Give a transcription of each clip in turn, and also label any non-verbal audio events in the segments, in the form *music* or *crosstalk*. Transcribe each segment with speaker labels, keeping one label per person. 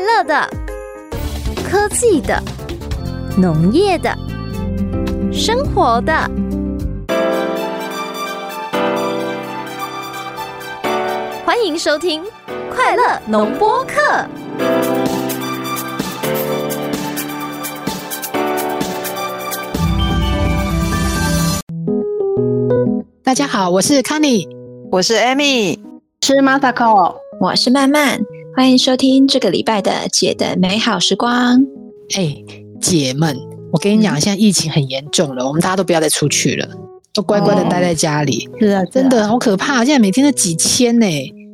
Speaker 1: 乐的、科技的、农业的、生活的。欢迎收听《快乐农播课》。
Speaker 2: 哎
Speaker 3: 大家
Speaker 4: 嗯
Speaker 3: 好，我是康妮。
Speaker 5: 我是 Amy，
Speaker 4: 是 Masako。
Speaker 2: 我是曼曼，欢迎收听这个礼拜的姐的美好时光。
Speaker 3: 哎、姐们，我跟你讲，
Speaker 4: 嗯
Speaker 3: 现在疫情很严重了，我们大家都不要再出去了，都乖乖的待在家里，
Speaker 4: 哦是啊，
Speaker 3: 真的好可怕！现在每天都几千
Speaker 4: *laughs*
Speaker 3: 呢、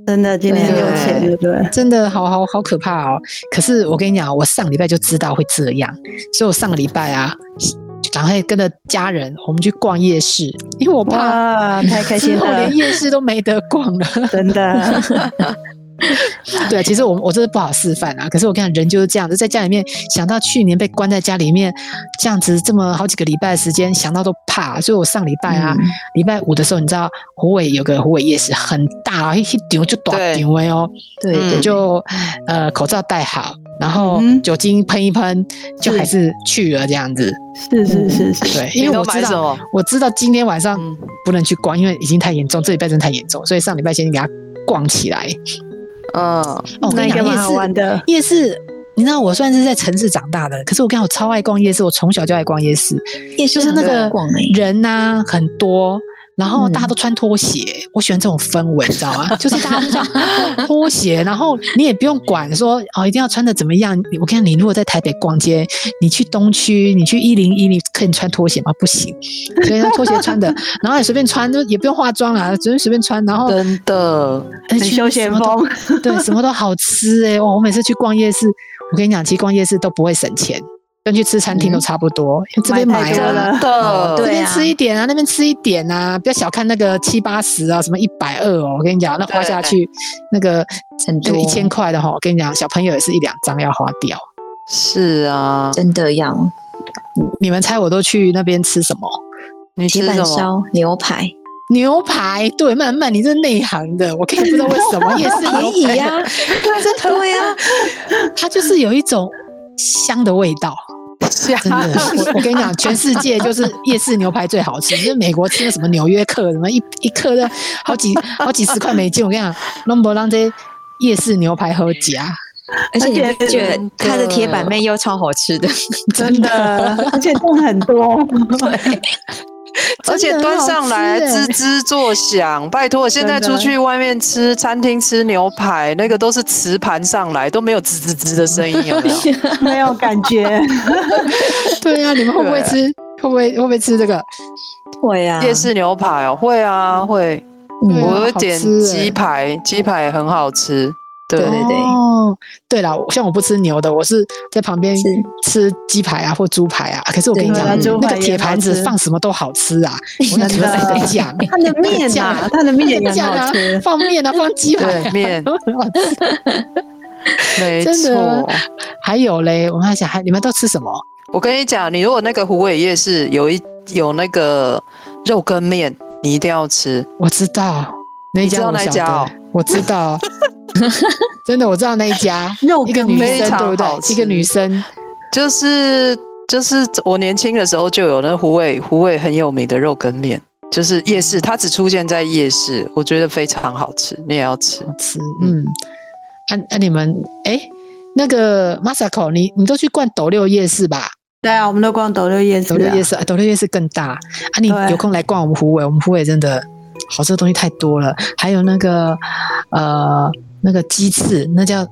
Speaker 4: 真的，今天
Speaker 3: 对
Speaker 4: 六千，对不对？
Speaker 3: 真的好好好可怕哦。可是我跟你讲，我上礼拜就知道会这样，所以我上个礼拜啊，就赶快跟着家人我们去逛夜市，因为我怕
Speaker 4: 哇，啊太开心
Speaker 3: 之后
Speaker 4: 了
Speaker 3: 连，夜市都没得逛了。
Speaker 4: 真的， *laughs*
Speaker 3: 对，啊其实我我真的不好示范啊。可是我跟你讲，人就是这样子，在家里面想到去年被关在家里面这样子这么好几个礼拜的时间，想到都怕。所以我上礼拜
Speaker 2: 嗯
Speaker 3: 啊，
Speaker 4: 嗯
Speaker 3: 礼、拜五的时候，你知道虎尾有个虎尾夜市很大啊，一一丢就短
Speaker 5: 对
Speaker 3: 丢哎哦，
Speaker 2: 对
Speaker 5: 嗯
Speaker 2: 对，
Speaker 3: 就呃口罩戴好，然后
Speaker 4: 嗯
Speaker 3: 酒精喷一喷，就还是去了这样子。
Speaker 4: 是是是是，
Speaker 3: 对，
Speaker 5: 你
Speaker 3: 因为
Speaker 5: 都
Speaker 3: 我知
Speaker 5: 买什
Speaker 3: 道。
Speaker 5: 么？
Speaker 3: 我知道今天晚上
Speaker 5: 嗯
Speaker 3: 不能去逛，因为已经太严重，这礼拜真的太严重，所以上礼拜先给它逛起来。
Speaker 5: 嗯，
Speaker 3: 哦，我跟
Speaker 4: 那
Speaker 3: 你
Speaker 4: 应该
Speaker 3: 讲，
Speaker 4: 蛮
Speaker 3: 夜
Speaker 4: 好
Speaker 3: 市
Speaker 4: 玩的。
Speaker 3: 夜市，你知道我算是在城市长大的，可是我刚好超爱逛夜市，我从小就爱逛夜市，
Speaker 2: 也
Speaker 3: 就是那个
Speaker 2: 广哎，
Speaker 3: 人呐、很多。然后大家
Speaker 2: 嗯
Speaker 3: 都穿拖鞋，我喜欢这种氛围，你知道吗？就是大家都这样拖鞋，然
Speaker 4: *laughs*
Speaker 3: 后你也不用管说哦，一定要穿的怎么样。我跟你讲，你如果在台北逛街，你去东区，你去一零一，你可以穿拖鞋吗？不行，所以那拖鞋穿的，然后也随便穿，就也不用化妆啦，只是随便穿，然后哎
Speaker 5: 真的，
Speaker 3: 很
Speaker 4: 很休闲风，
Speaker 3: 对，什么都 *laughs* 好吃哎、哇我每次去逛夜市，我跟你讲，其实逛夜市都不会省钱，跟去吃餐厅都差不多。因为这边
Speaker 4: 嗯买太
Speaker 3: 买
Speaker 4: 多
Speaker 3: 啊，
Speaker 4: 了
Speaker 5: 真的，
Speaker 2: 哦
Speaker 3: 这
Speaker 2: 对
Speaker 3: 边
Speaker 2: 啊
Speaker 3: 吃一点啊，那边吃一点啊，不要小看那个七八十啊，什么一百二哦，我跟你讲，那花下去那个
Speaker 2: 很
Speaker 3: 那
Speaker 2: 多
Speaker 3: 个一千块的哈，我跟你讲，小朋友也是一两张要花掉。
Speaker 5: 是啊。
Speaker 2: 真的要
Speaker 3: 你们猜我都去那边吃什么？
Speaker 5: 你
Speaker 2: 铁
Speaker 5: 吃
Speaker 2: 板
Speaker 5: 什么？
Speaker 2: 烧、牛排
Speaker 3: 牛排，对，慢慢，你这内行的，我可以不知道为什
Speaker 4: *laughs*
Speaker 3: 么夜市
Speaker 2: 便
Speaker 3: 牛排
Speaker 2: 宜
Speaker 4: 啊
Speaker 2: 呀， *laughs* 对啊呀，
Speaker 3: 它就是有一种香的味道。真的，我我跟你讲，全世界就是夜市牛排最好吃。就是美国吃的什么纽约客，什么一一克的好几好几十块美金。我跟你讲，弄不让这些夜市牛排啊合家，
Speaker 2: 而且你
Speaker 4: 而且
Speaker 2: 会觉得它的铁板妹又超好吃的，
Speaker 4: 真的，而且动很多，
Speaker 5: 而且
Speaker 3: 真的很
Speaker 5: 端
Speaker 3: 好
Speaker 5: 上来
Speaker 3: 吃欸
Speaker 5: 吱吱作响，拜托！现在
Speaker 4: 真的
Speaker 5: 出去外面吃餐厅吃牛排，那个都是瓷盘上来，都没有吱吱吱的声音，有没有？
Speaker 4: 没有感觉，
Speaker 3: 对啊，你们会不会吃？会不会会不会吃这个？
Speaker 2: 会呀
Speaker 5: 夜市牛排哦，会啊会，
Speaker 2: 嗯
Speaker 3: 对啊
Speaker 5: 我会
Speaker 3: 好
Speaker 5: 点
Speaker 3: 吃欸
Speaker 5: 鸡排，鸡排很好吃，对
Speaker 2: 对对
Speaker 3: 哦，对了，像我不吃牛的，我是在旁边
Speaker 2: 是
Speaker 3: 吃鸡排啊或猪排啊。可是我跟你
Speaker 2: 对
Speaker 3: 讲
Speaker 2: 啊，
Speaker 4: 猪
Speaker 3: 那
Speaker 4: 排
Speaker 3: 个
Speaker 4: 也
Speaker 3: 铁
Speaker 4: 好
Speaker 3: 盘子
Speaker 4: 吃
Speaker 3: 放什么都好吃啊！我跟你
Speaker 2: *laughs*
Speaker 4: 真的
Speaker 3: 们讲，
Speaker 4: 它的面
Speaker 3: 酱
Speaker 4: 呐
Speaker 3: 啊，
Speaker 4: 它的面也很
Speaker 3: 酱啊 *laughs*
Speaker 4: 好吃，
Speaker 3: 放面啊，放
Speaker 5: *laughs*
Speaker 3: 鸡排
Speaker 5: 对面，
Speaker 3: 啊。
Speaker 5: 没
Speaker 3: 真的
Speaker 5: 错。
Speaker 3: 还有嘞，我们还想，还你们都吃什么？
Speaker 5: 我跟你讲，你如果那个虎尾夜市有一有那个肉羹面，你一定要吃。
Speaker 3: 我知道那一
Speaker 5: 你知
Speaker 3: 家，
Speaker 5: 道
Speaker 3: 我
Speaker 5: 那一
Speaker 3: 晓
Speaker 5: 家哦
Speaker 3: 得，我知
Speaker 5: *laughs*
Speaker 3: 道，真的我知道那一家，
Speaker 4: 肉
Speaker 3: 一个
Speaker 4: 羹
Speaker 3: 女
Speaker 5: 面
Speaker 3: 生对不
Speaker 5: 非常好
Speaker 3: 对？
Speaker 5: 吃
Speaker 3: 一个女生，
Speaker 5: 就是就是我年轻的时候就有那虎尾虎尾很有名的肉羹面，就是夜市，它只出现在夜市，我觉得非常好吃，你也要吃。
Speaker 3: 好吃，嗯，啊啊，你们哎，那个 Masako，你你都去逛斗六夜市吧？
Speaker 4: 对啊，我们都逛斗六夜市
Speaker 3: 斗六
Speaker 4: 啊，
Speaker 3: 夜市，啊斗六夜市更大啊！你
Speaker 4: 对
Speaker 3: 有空来逛我们虎尾，我们虎尾真的好吃的东西太多了，还有那个呃那个鸡翅，那叫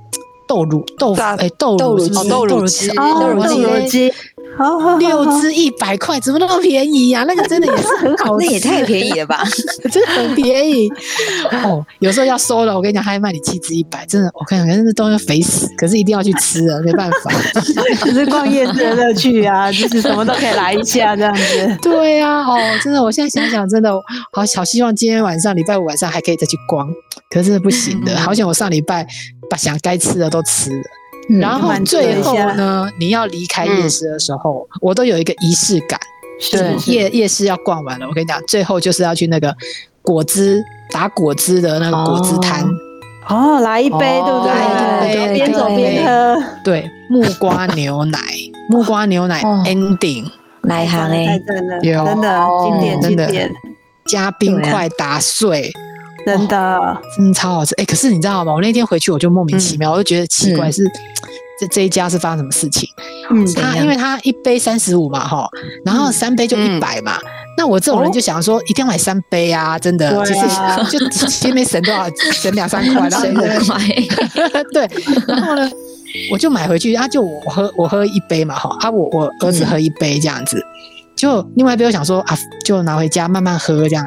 Speaker 3: 豆乳豆腐
Speaker 5: 大
Speaker 3: 哎豆
Speaker 2: 豆
Speaker 3: 乳
Speaker 2: 乳
Speaker 3: 是不是
Speaker 2: 鸡
Speaker 3: 豆
Speaker 5: 豆
Speaker 3: 乳鸡
Speaker 5: 乳鸡
Speaker 4: 哦，
Speaker 3: 豆
Speaker 4: 斗
Speaker 3: 乳鸡
Speaker 4: 六
Speaker 3: 嘞
Speaker 4: 鸡，好好好，
Speaker 3: 六只一百块，怎么那么便宜呀、那个真的也是很好
Speaker 2: *laughs* 那
Speaker 3: 吃，
Speaker 2: 也太便宜了吧？
Speaker 3: 真的很便宜。哦，有时候要收了，我跟你讲，他还卖你七只一百，真的，我跟你讲，那东西肥死，可是一定要去吃啊，没办法。
Speaker 4: 只是逛夜市的乐趣啊，就是什么都可以来一下这样子。
Speaker 3: *laughs* 对呀、哦，真的，我现在想想，真的好好希望今天晚上礼拜五晚上还可以再去逛，可是真的不行的。
Speaker 5: 嗯
Speaker 3: 好想我上礼拜把想该吃的都吃了，
Speaker 2: 嗯
Speaker 3: 然后
Speaker 4: 满足了
Speaker 3: 最
Speaker 4: 一
Speaker 3: 后
Speaker 4: 下
Speaker 3: 呢，你要离开夜市的时候，我都有一个仪式感。
Speaker 5: 对
Speaker 3: 就是夜夜市要逛完了，我跟你讲，最后就是要去那个果汁打果汁的那个果汁摊，
Speaker 4: 哦，来一杯，
Speaker 5: 哦
Speaker 4: 对不
Speaker 2: 来
Speaker 4: 对？
Speaker 2: 一杯
Speaker 4: 边走
Speaker 2: 对
Speaker 4: 边喝，
Speaker 3: 对，木瓜牛奶，木瓜牛奶
Speaker 2: 哦
Speaker 3: ending
Speaker 2: 来行
Speaker 4: 太
Speaker 2: 哎，
Speaker 4: 赞了，
Speaker 3: 有
Speaker 4: 真的经典，
Speaker 3: 真
Speaker 4: 经
Speaker 3: 的
Speaker 4: 典，
Speaker 3: 加冰
Speaker 4: 啊
Speaker 3: 块打碎，
Speaker 4: 真的，
Speaker 3: 真的超好吃。哎、可是你知道吗？我那天回去我就莫名其妙，我就觉得奇怪
Speaker 2: 嗯
Speaker 3: 是。这这一家是发生什么事情？
Speaker 4: 嗯，
Speaker 2: 怎
Speaker 3: 他
Speaker 2: 样
Speaker 3: 因为他一杯三十五嘛，哈，然后三杯就一
Speaker 5: 嗯
Speaker 3: 百嘛。那我这种人
Speaker 4: 哦
Speaker 3: 就想说，一定要买三杯啊！真的，
Speaker 4: 对啊
Speaker 3: 就是 *laughs* 就前面省多少，省两三块，然后
Speaker 2: 水很快，
Speaker 3: *laughs* 对，然后呢，我就买回去啊，就我喝我喝一杯嘛，哈啊，我我儿子喝一杯这样子，就另外一杯我想说啊，就拿回家慢慢喝这样，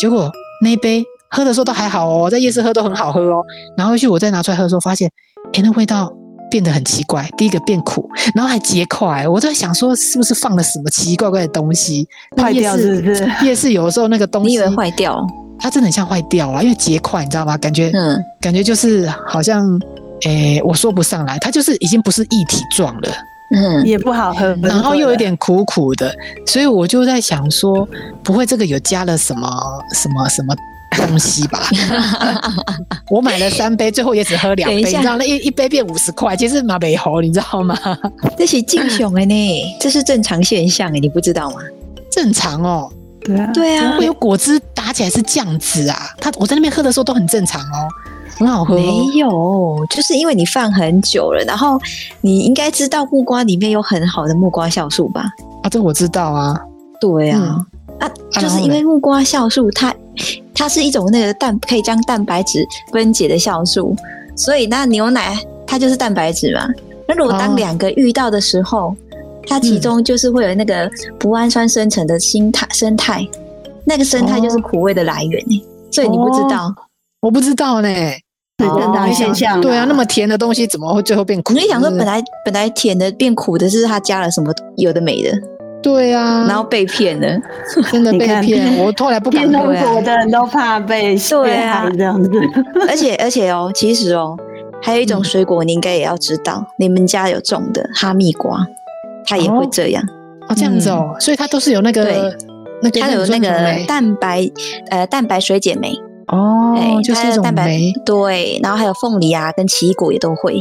Speaker 3: 结果那一杯喝的时候都还好哦，在夜市喝都很好喝哦，然后回去我再拿出来喝的时候，发现哎、那味道。变得很奇怪，第一个变苦，然后还结块，我都在想说是不是放了什么奇奇怪怪的东西？那
Speaker 4: 坏
Speaker 3: 夜
Speaker 4: 掉
Speaker 3: 市
Speaker 4: 是不是？
Speaker 3: 夜市有的时候那个东西，
Speaker 2: 你以为坏掉？
Speaker 3: 它真的很像坏掉啊了，因为结块，你知道吗？感觉
Speaker 2: 嗯，
Speaker 3: 感觉就是好像，诶、我说不上来，它就是已经不是一体状了，
Speaker 2: 嗯，
Speaker 4: 也不好喝，
Speaker 3: 然后又有点苦苦的，所以我就在想说，不会这个有加了什么什么什么东西
Speaker 2: *laughs*
Speaker 3: 吧？我买了三杯，最后也只喝两杯，
Speaker 2: 等一
Speaker 3: 你
Speaker 2: 下
Speaker 3: 知道那一一杯变五十块，其实马北猴，你知道
Speaker 2: *laughs*
Speaker 3: 吗？
Speaker 2: 这是敬雄哎呢，这是正常现象哎，你不知道吗？
Speaker 3: 正常哦，
Speaker 4: 对啊，
Speaker 2: 对啊
Speaker 3: 会有果汁打起来是酱汁啊，它我在那边喝的时候都很正常哦，很好喝、哦
Speaker 2: 没。有，就是因为你放很久了，然后你应该知道木瓜里面有很好的木瓜酵素吧？
Speaker 3: 啊，这我知道啊，嗯
Speaker 2: 对啊，啊，
Speaker 3: 然
Speaker 2: 就
Speaker 3: 后
Speaker 2: 是
Speaker 3: 呢
Speaker 2: 因为木瓜酵素它它是一种那个蛋可以将蛋白质分解的酵素，所以那牛奶它就是蛋白质嘛。那如果
Speaker 3: 哦
Speaker 2: 当两个遇到的时候，它其中就是会有那个不氨酸生成的新态生态，那个生态就是苦味的来源、欸所以你不知道，
Speaker 3: 我不知道呢。
Speaker 4: 是正常现象，
Speaker 3: 对啊，那么甜的东西怎么会最后变苦？
Speaker 2: 我跟你讲说，
Speaker 3: 是不
Speaker 2: 本
Speaker 3: 是
Speaker 2: 来本来甜的变苦的是它加了什么有的没的，
Speaker 3: 对啊，
Speaker 2: 然后被
Speaker 3: *laughs*
Speaker 2: 骗了。
Speaker 3: 真的
Speaker 4: 你
Speaker 3: 被
Speaker 4: 看
Speaker 3: 骗，我后来不
Speaker 2: *laughs*
Speaker 3: 敢
Speaker 4: 变中
Speaker 3: 喝。
Speaker 2: 对啊
Speaker 4: 国的人都怕被
Speaker 2: 对
Speaker 4: 陷
Speaker 2: 啊
Speaker 4: 害
Speaker 3: *laughs*
Speaker 4: 这样子，
Speaker 2: 而且而且哦，其实哦，还有一种水果你应该也要知道，
Speaker 3: 嗯
Speaker 2: 你们家有种的哈密瓜，它也会这样，
Speaker 3: 哦，这样
Speaker 4: 嗯
Speaker 3: 子哦，所以它都是有那个
Speaker 2: 对
Speaker 3: 那个
Speaker 2: 它有那个
Speaker 3: 蛋
Speaker 2: 蛋白呃蛋白水解酶，
Speaker 3: 哦，
Speaker 2: 哎
Speaker 3: 就是
Speaker 2: 它
Speaker 3: 一
Speaker 2: 的
Speaker 3: 种
Speaker 2: 蛋白
Speaker 3: 酶。
Speaker 2: 对，然后还有凤梨啊跟奇异果也都会。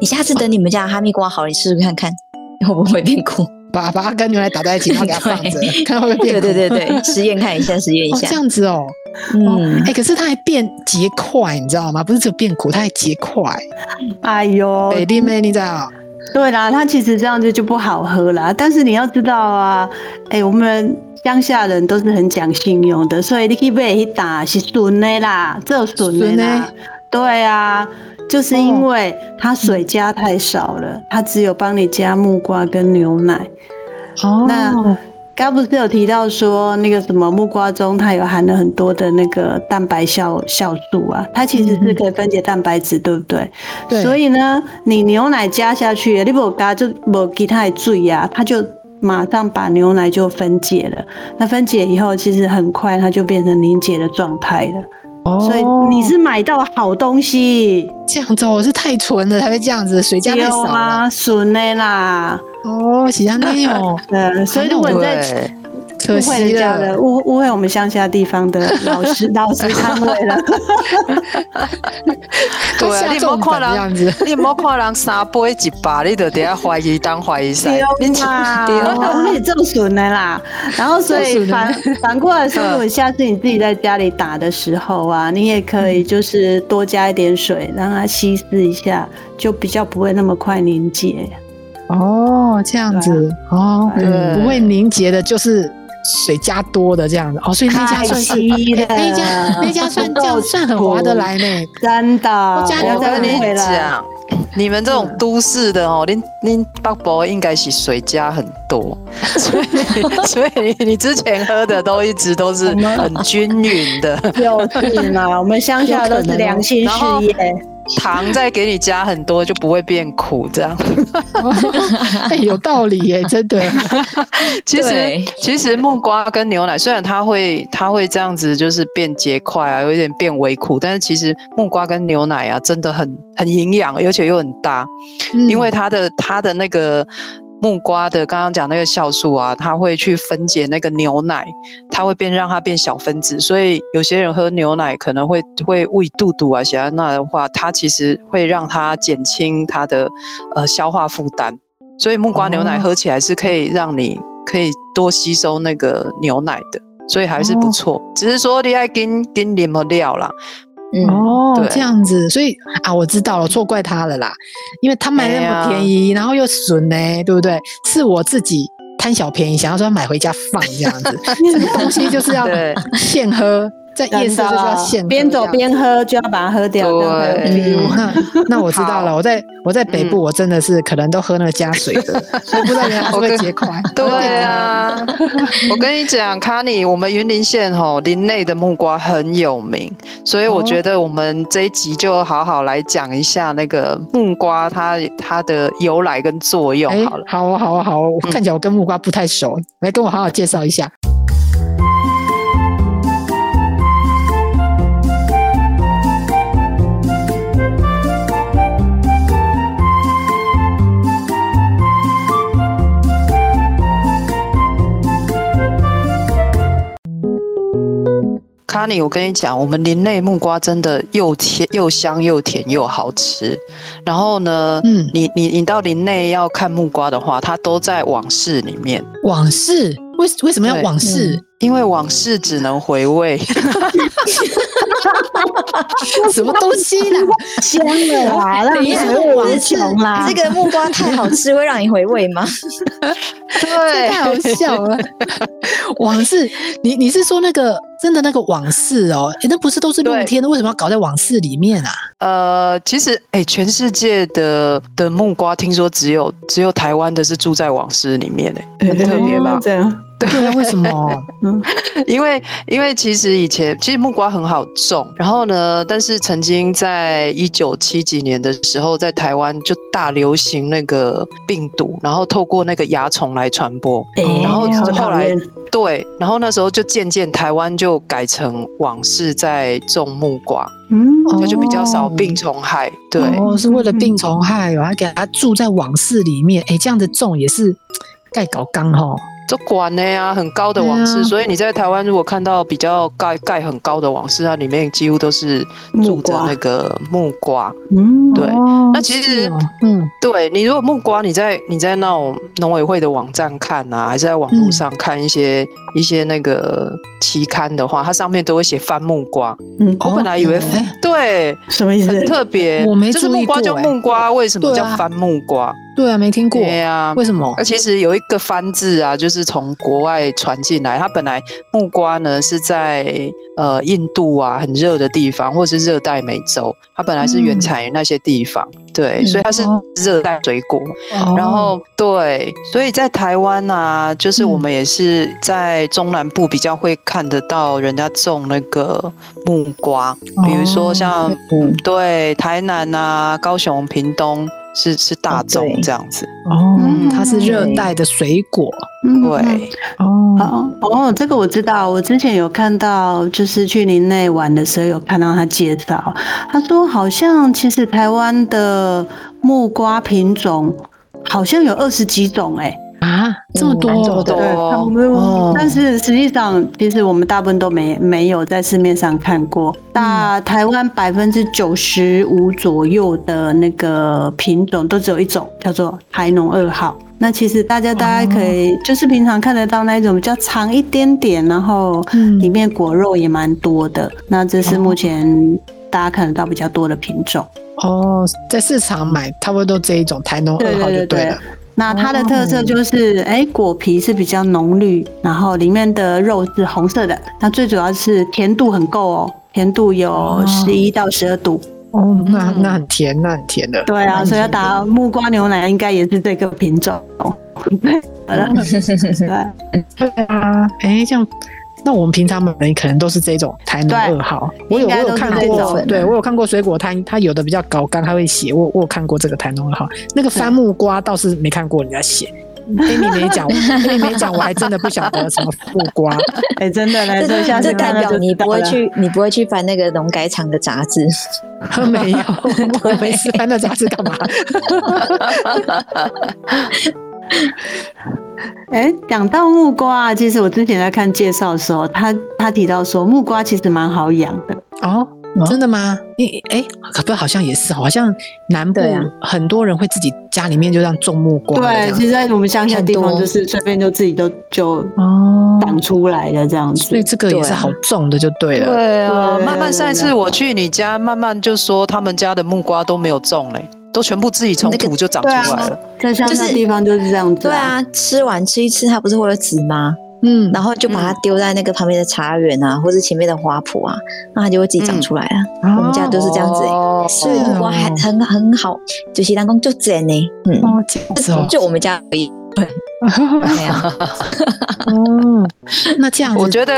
Speaker 2: 你下次等你们家的哈密瓜好了，你试试看看会不会变苦？
Speaker 3: 把把它跟牛奶打在一起，然后给
Speaker 2: *laughs*
Speaker 3: 它放着，看会不会变
Speaker 2: 对
Speaker 3: 苦。
Speaker 2: 对对对， *laughs* 实验看一下，实验一
Speaker 3: 哦，
Speaker 2: 下
Speaker 3: 这。样子哦，
Speaker 2: 嗯，
Speaker 3: 哎，可是它还变结块，你知道吗？不是只有变苦，它还结块。
Speaker 4: 哎呦，
Speaker 2: 哦
Speaker 3: 北地妹，你知道？
Speaker 4: 对啦，它其实这样子就不好喝啦。但是你要知道啊，哎、我们乡下人都是很讲信用的，所以你去买去打是纯的啦，这有纯的啦。对啊，就是因
Speaker 3: 哦
Speaker 4: 为它水加太少了，它只有帮你加木瓜跟牛奶。
Speaker 3: 哦，
Speaker 4: 那刚不是有提到说那个什么木瓜中，它有含了很多的那个蛋白酵酵素啊，它其实是可以分解蛋白质，对不对？
Speaker 3: 对
Speaker 4: 所以呢，你牛奶加下去，你不加就不给它的水呀、啊，它就马上把牛奶就分解了。那分解以后，其实很快它就变成凝结的状态了。
Speaker 3: 哦
Speaker 4: 所以你是买到好东西，
Speaker 3: 这样子哦，我是太纯了才会这样子，水加太少
Speaker 4: 对
Speaker 3: 了。
Speaker 4: 啊，纯的啦。
Speaker 3: 哦，喜羊羊
Speaker 2: *laughs*
Speaker 3: 哦，
Speaker 4: 呃，所以如果你
Speaker 3: 啊
Speaker 4: 在
Speaker 5: 对，
Speaker 3: 可
Speaker 4: 误会
Speaker 3: 惜
Speaker 4: 人家
Speaker 3: 了
Speaker 4: 了，。误误会我们乡下地
Speaker 3: *laughs*
Speaker 4: 方的老师老师摊位了。
Speaker 3: 都
Speaker 5: 对啊
Speaker 3: 下
Speaker 5: 你有没有
Speaker 3: 重本
Speaker 5: 看人
Speaker 3: 这样子。
Speaker 5: 你莫看人三杯一百，你就底下怀疑当怀疑噻。你
Speaker 4: *laughs* 啦，
Speaker 5: 对
Speaker 4: 哦
Speaker 3: 哦
Speaker 4: 我们也这么损的啦。然后所以
Speaker 3: 这么
Speaker 4: 反
Speaker 3: *laughs*
Speaker 4: 反过来说，如果下次你自己在家里打的时候
Speaker 3: *laughs*
Speaker 4: 啊，你也可
Speaker 3: 嗯
Speaker 4: 以就是多加一点水，让它稀释一下，就比较不会那么快凝结。
Speaker 3: 哦，这样子哦，
Speaker 4: 对
Speaker 3: 嗯不会凝结的，就是水加多的这样子哦，所以那家
Speaker 4: 太
Speaker 3: 算是哎
Speaker 4: 稀了，
Speaker 3: 那家那家算
Speaker 4: *laughs*
Speaker 3: 这样算很划得来呢。
Speaker 4: 真的，
Speaker 3: 我家
Speaker 4: 不
Speaker 3: 里
Speaker 4: 要
Speaker 5: 我
Speaker 4: 再
Speaker 5: 跟
Speaker 4: 误
Speaker 5: 你
Speaker 4: 会了。
Speaker 5: 讲，你们这种都市的哦，您您北部应该是水加很多，所以所以你之前喝的都一直都是很均匀的，
Speaker 4: *laughs* 就是嘛，我们乡下都是良心事
Speaker 3: *laughs*
Speaker 4: 业，
Speaker 5: 糖再给你加很多就不会变苦这样。
Speaker 3: 哎，有道理耶，真的。
Speaker 5: 其实
Speaker 2: 对
Speaker 5: 其实木瓜跟牛奶虽然它会它会这样子就是变结块啊，有一点变微苦，但是其实木瓜跟牛奶啊真的很很营养，而且又很搭。因为它的它的那个木瓜的刚刚讲那个酵素啊，它会去分解那个牛奶，它会变让它变小分子，所以有些人喝牛奶可能会会胃肚肚啊，血压那的话，它其实会让它减轻它的呃消化负担，所以木瓜牛奶
Speaker 3: 哦
Speaker 5: 喝起来是可以让你可以多吸收那个牛奶的，所以还是不
Speaker 3: 哦
Speaker 5: 错，只是说你爱跟跟什么料啦，
Speaker 2: 嗯，
Speaker 3: 哦
Speaker 5: 对，
Speaker 3: 这样子，所以啊，我知道了，错怪他了啦，因为他买那么便宜，然后又损呢、对不对？是我自己贪小便宜，想要说买回家放这样子，这个 *laughs* 东西就是要
Speaker 5: *laughs* 对。
Speaker 3: 现喝，在夜市就是要现喝，
Speaker 4: 啊边走。边喝就要把它喝掉。
Speaker 5: 对
Speaker 4: 这样才有
Speaker 3: 嗯
Speaker 4: 趣，
Speaker 3: 那那我知道了。
Speaker 5: 好
Speaker 3: 我在我在北部，
Speaker 5: 嗯
Speaker 3: 我真的是可能都喝那个加水的， *laughs* 所以不知道原来是会结块。
Speaker 5: *laughs*
Speaker 3: 哎
Speaker 5: 对啊， *laughs* 我跟你讲，卡尼，我们云林县吼林内的木瓜很有名，所以我觉得我们这一集就好好来讲一下那个木瓜它它的由来跟作用
Speaker 3: 哎
Speaker 5: 好了，。嗯
Speaker 3: 好哦，好哦，好哦，我看起来我跟木瓜不太熟，来跟我好好介绍一下。
Speaker 5: 卡尼，我跟你讲，我们林内木瓜真的又甜又香又甜又好吃。然后呢，
Speaker 3: 嗯
Speaker 5: 你你你到林内要看木瓜的话，它都在往事里面。
Speaker 3: 往事为为什么要
Speaker 5: 对
Speaker 3: 往事？
Speaker 5: 因为往事只能回味， *laughs* 嗯
Speaker 3: *laughs* 什么东西啦？
Speaker 4: 香了啦，让你
Speaker 2: 等一下
Speaker 4: 回
Speaker 2: 这
Speaker 4: 味无
Speaker 2: 是
Speaker 4: 穷啦。
Speaker 2: 这个木瓜太好吃，会让你回味吗？
Speaker 5: *laughs* 对
Speaker 3: 太好 *laughs* 笑
Speaker 5: *laughs*
Speaker 3: 了。往事，你你是说那个真的那个往事哦？诶那不是都是露
Speaker 5: 对
Speaker 3: 天的，为什么要搞在往事里面啊？
Speaker 5: 呃，其实哎、全世界的的木瓜，听说只有只有台湾的是住在往事里面哎、
Speaker 4: 对
Speaker 5: 很
Speaker 4: 对
Speaker 5: 特别吧
Speaker 4: 对？这样，
Speaker 3: 对啊，为什么？
Speaker 5: *laughs* 因为因为其实以前其实木瓜很好种，然后呢，但是曾经在一九七几年的时候，在台湾就大流行那个病毒，然后透过那个蚜虫来传播，
Speaker 4: 哎
Speaker 5: 然后
Speaker 4: 好
Speaker 5: 后
Speaker 4: 讨
Speaker 5: 来
Speaker 4: 厌
Speaker 5: 对，然后那时候就渐渐台湾就改成往事在种木瓜，
Speaker 4: 嗯，
Speaker 5: 它就比较少
Speaker 3: 哦
Speaker 5: 病虫害， *laughs* 对。嗯
Speaker 3: 哦，是为了病虫害哦，还给它住在往事里面。哎，这样子种也是盖搞缸哦。
Speaker 5: 这管的呀，很高的网
Speaker 3: 对
Speaker 5: 室，
Speaker 3: 啊
Speaker 5: 所以你在台湾如果看到比较盖盖很高的网室，它里面几乎都是住着那个木瓜。
Speaker 4: 嗯，
Speaker 5: 对
Speaker 3: 哦
Speaker 5: 那其实
Speaker 3: 是哦嗯，
Speaker 5: 对你如果木瓜，你在你在那种农委会的网站看啊，还是在网络上看一
Speaker 3: 嗯
Speaker 5: 些、一些那个期刊的话，它上面都会写番木瓜。
Speaker 4: 嗯，
Speaker 5: 我本来以为、
Speaker 3: 哦哎
Speaker 5: 对
Speaker 4: 什么意思？
Speaker 5: 很特别，
Speaker 3: 我没
Speaker 5: 就是
Speaker 3: 注意
Speaker 5: 木瓜
Speaker 3: 过
Speaker 5: 就
Speaker 3: 哎
Speaker 5: 木瓜，为什么
Speaker 3: 对
Speaker 5: 叫
Speaker 3: 啊
Speaker 5: 番木瓜？
Speaker 3: 对啊，没听过，
Speaker 5: 对呀、
Speaker 3: 为什么
Speaker 5: 那？其实有一个“番”字啊，就是从国外传进来。它本来木瓜呢是在呃印度啊很热的地方，或是热带美洲，它本来是原产于那些地方，对，
Speaker 2: 嗯
Speaker 5: 所以它是热带水果。
Speaker 3: 哦
Speaker 5: 然后对，所以在台湾啊，就是
Speaker 3: 嗯
Speaker 5: 我们也是在中南部比较会看得到人家种那个木瓜，比
Speaker 2: 哦
Speaker 5: 如说
Speaker 3: 哦
Speaker 5: 像、
Speaker 2: 嗯，
Speaker 5: 对台南啊、高雄、屏东是是大
Speaker 2: 哦对
Speaker 5: 众这样子，
Speaker 3: 哦
Speaker 5: 嗯，
Speaker 3: 它是热带的水果
Speaker 4: 嗯
Speaker 5: 对。
Speaker 4: 嗯
Speaker 3: 哦。
Speaker 4: 哦哦，这个我知道，我之前有看到，就是去林内玩的时候有看到他介绍，他说好像其实台湾的木瓜品种好像有二十几种哎、
Speaker 3: 啊，这么多
Speaker 2: 嗯这
Speaker 5: 多
Speaker 2: 么
Speaker 4: 对，差
Speaker 3: 哦
Speaker 4: 不多。但是实际上，其实我们大部分都没没有在市面上看过。那台湾百分之九十五左右的那个品种都只有一种，叫做台农二号。那其实大家大概可以，就是平常看得到那一种比较长一点点，然后
Speaker 3: 嗯
Speaker 4: 里面果肉也蛮多的。那这是目前大家看得到比较多的品种。
Speaker 3: 哦，在市场买差不多都这一种台农二号就对了。
Speaker 4: 那它的特
Speaker 2: 哦
Speaker 4: 色就是，哎、果皮是比较浓绿，然后里面的肉是红色的。那最主要是甜度很够哦，甜度有
Speaker 2: 哦
Speaker 4: 十一到十二度。
Speaker 3: 哦，那
Speaker 5: 嗯
Speaker 3: 那很甜，那很甜的。
Speaker 4: 对啊，所以要打木瓜牛奶应该也是这个品种。 *laughs* 好
Speaker 2: *laughs*
Speaker 4: 了，对
Speaker 3: 对啊，哎，这样，那我们平常买的可能都是这种台农
Speaker 4: 对
Speaker 3: 二号。我有
Speaker 4: 应
Speaker 3: 我
Speaker 4: 该
Speaker 3: 有
Speaker 4: 都是
Speaker 3: 看
Speaker 4: 这
Speaker 3: 过，
Speaker 4: 种
Speaker 3: 对我有看过水果摊，它有的比较高刚，它会写我我有看过这个台农二号。那个番木瓜倒是没看过人家写。Amy 没
Speaker 4: *laughs*
Speaker 3: 讲，Amy 没讲，我还真的不晓得什么木瓜。
Speaker 4: 哎、真的来，所以下
Speaker 2: 这
Speaker 4: 次
Speaker 2: 这代
Speaker 4: 看到
Speaker 2: 表
Speaker 4: 就知道了
Speaker 2: 你不会。去，你不会去翻那个农改场的杂志。
Speaker 3: 没
Speaker 4: *laughs*
Speaker 3: 有，我没事，翻那杂志干嘛？
Speaker 4: 哎，讲到木瓜啊，其实我之前在看介绍的时候，他他提到说木瓜其实蛮好养的。
Speaker 3: 哦，真的吗？你哎，可不好像也是，哦好像南部
Speaker 2: 对啊
Speaker 3: 很多人会自己家里面就这样种木瓜，
Speaker 4: 对，
Speaker 3: 这样
Speaker 4: 其实在我们乡下地
Speaker 2: 很
Speaker 4: 方，
Speaker 2: 多
Speaker 4: 就是随便就自己都就
Speaker 3: 哦，
Speaker 4: 长出来的这样
Speaker 3: 所
Speaker 4: 子
Speaker 3: 以。这个也
Speaker 2: 对啊
Speaker 3: 是好种的，就对了。
Speaker 5: 对啊，
Speaker 4: 对
Speaker 5: 慢慢上一次我去你家，慢慢就说他们家的木瓜都没有种嘞、都全部自己从
Speaker 2: 那个
Speaker 5: 土就长出来了。
Speaker 4: 在乡
Speaker 2: 就
Speaker 4: 下
Speaker 2: 是
Speaker 4: 地方就是这样子、
Speaker 2: 对啊，吃完吃一吃，它不是会有籽吗？
Speaker 3: 嗯，
Speaker 2: 然后就把它丢在那个旁边的茶园啊，或是前面的花圃啊，那它就会自己长出来啊。
Speaker 3: 我
Speaker 2: 我们家就是这样子欸
Speaker 5: 哦
Speaker 2: 所
Speaker 3: 啊
Speaker 2: 以木瓜还很很好，就是当公就整呢，嗯，
Speaker 3: 哦，这样子哦，
Speaker 2: *laughs* 就我们家而已。对啊，
Speaker 3: 哦，那这样子，
Speaker 5: 我觉得，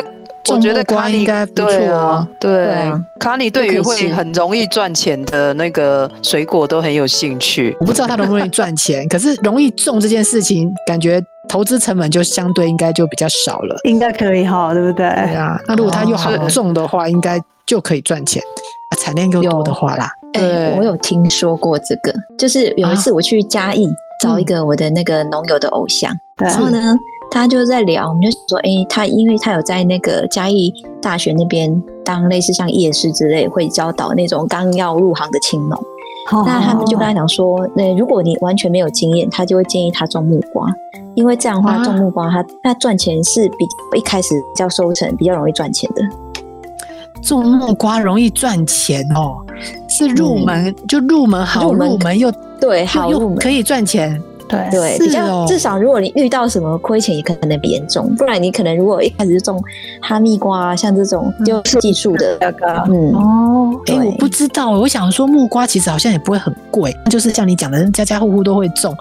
Speaker 5: 我觉得
Speaker 3: 种木瓜
Speaker 5: 卡尼
Speaker 3: 应该不错
Speaker 5: 对啊
Speaker 3: 哦，
Speaker 5: 对
Speaker 2: 对啊
Speaker 5: 卡尼对于
Speaker 2: 都可以
Speaker 5: 会
Speaker 2: 吃
Speaker 5: 很容易赚钱的那个水果都很有兴趣。
Speaker 3: 我不知道它容不容易赚钱， *laughs* 可是容易种这件事情，感觉投资成本就相对应该就比较少了。
Speaker 4: 应该可以哈，对不对？
Speaker 3: 对啊，那如果它又好
Speaker 5: 哦
Speaker 3: 种的话，应该就可以赚钱。啊产量又多的话啦，
Speaker 2: 哎
Speaker 5: 对
Speaker 2: 我有听说过这个，就是有一次我去嘉义找一个我的那个农友的偶像，
Speaker 4: 对
Speaker 2: 然后呢，他就在聊，我们就说，哎、他因为他有在那个嘉义大学那边当类似像夜师之类，会教导那种刚要入行的青农。
Speaker 4: 哦
Speaker 2: 那他们就跟他讲说，那、如果你完全没有经验，他就会建议他种木瓜，因为这样的话
Speaker 3: 啊
Speaker 2: 种木瓜，他他赚钱是比一开始比较收成比较容易赚钱的。
Speaker 3: 种木瓜容易赚钱哦，是入门就入门好，
Speaker 2: 嗯入门
Speaker 3: 入门又
Speaker 2: 对，
Speaker 3: 又
Speaker 2: 好入
Speaker 3: 又
Speaker 2: 门。
Speaker 3: 可以赚钱，
Speaker 4: 对
Speaker 2: 对，
Speaker 3: 是
Speaker 2: 比较
Speaker 3: 哦
Speaker 2: 至少如果你遇到什么亏钱，也可能比严重，不然你可能如果一开始就种哈密瓜、啊，像这种
Speaker 3: 嗯
Speaker 2: 就技术的，
Speaker 4: 那个
Speaker 2: 嗯，
Speaker 4: 哦，
Speaker 3: 哎、
Speaker 2: 对
Speaker 3: 我不知道，我想说木瓜其实好像也不会很贵，就是像你讲的，家家户户都会种，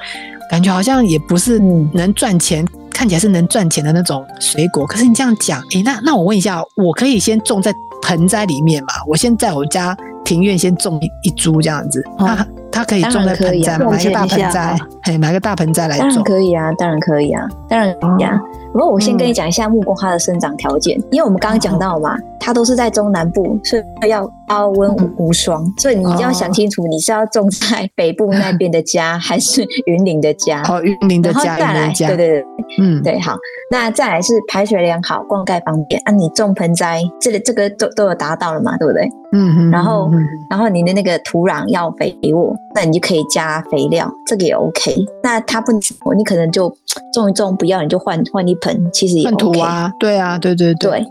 Speaker 3: 感觉好像也不是
Speaker 2: 嗯
Speaker 3: 能赚钱，看起来是能赚钱的那种水果。可是你这样讲，哎、那那我问一下，我可以先种在盆栽里面嘛？我先在我家庭院先种一一株这样子，
Speaker 4: 哦
Speaker 3: 它它可以
Speaker 2: 当然
Speaker 3: 种在
Speaker 2: 可
Speaker 3: 盆
Speaker 2: 以
Speaker 3: 栽
Speaker 2: 啊
Speaker 3: 吗，买一个
Speaker 4: 贡
Speaker 3: 大
Speaker 4: 献一
Speaker 3: 盆
Speaker 4: 下
Speaker 3: 栽
Speaker 4: 啊，
Speaker 3: 嘿，买个大盆栽来
Speaker 2: 当然
Speaker 3: 种。
Speaker 2: 可以啊，当然可以啊，当然可以
Speaker 3: 哦
Speaker 2: 啊。不过我先
Speaker 3: 嗯
Speaker 2: 跟你讲一下木瓜它的生长条件，因为我们刚刚讲到
Speaker 3: 哦
Speaker 2: 嘛，它都是在中南部，所以要高温
Speaker 3: 嗯
Speaker 2: 无霜，所以你要
Speaker 3: 哦
Speaker 2: 想清楚，你是要种在北部那边的家，还是 *laughs* 云林的家？
Speaker 3: 哦，云林的
Speaker 2: 啊然后
Speaker 3: 家，
Speaker 2: 再
Speaker 3: 云林
Speaker 2: 来，
Speaker 3: 的家，
Speaker 2: 对对对
Speaker 3: 嗯，
Speaker 2: 对，好。那再来是排水良好，灌溉方便。啊，你种盆栽，这里这个都都有达到了嘛，对不对？
Speaker 3: 嗯嗯，
Speaker 2: 然后
Speaker 3: 嗯嗯
Speaker 2: 然后你的那个土壤要肥沃，那你就可以加肥料，这个也 OK。那它不，你可能就种一种不要，你就换换一盆，其实也
Speaker 3: 粪
Speaker 2: OK。
Speaker 3: 土啊，对啊，对对对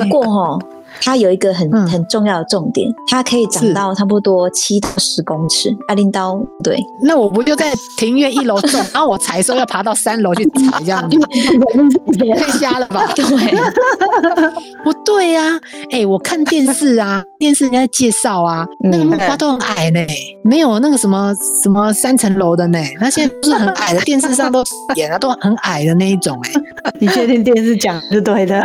Speaker 2: 不过
Speaker 3: *laughs*
Speaker 2: 哈、它有一个很、
Speaker 3: 嗯
Speaker 2: 很重要的重点，它可以长
Speaker 3: 是
Speaker 2: 到差不多七到十公尺，阿林刀对，
Speaker 3: 那我不就在庭院一楼种，然后我采收要爬到三楼去采，这样子太瞎了吧？ *laughs* 对，不对呀、哎、我看电视啊，电视人家介绍啊，那个木瓜都很矮呢、没有那个什么什么三层楼的呢、那现在都是很矮的，电视上都 *laughs* 演啊，都很矮的那一种、哎，
Speaker 4: 你确定电视讲是对的？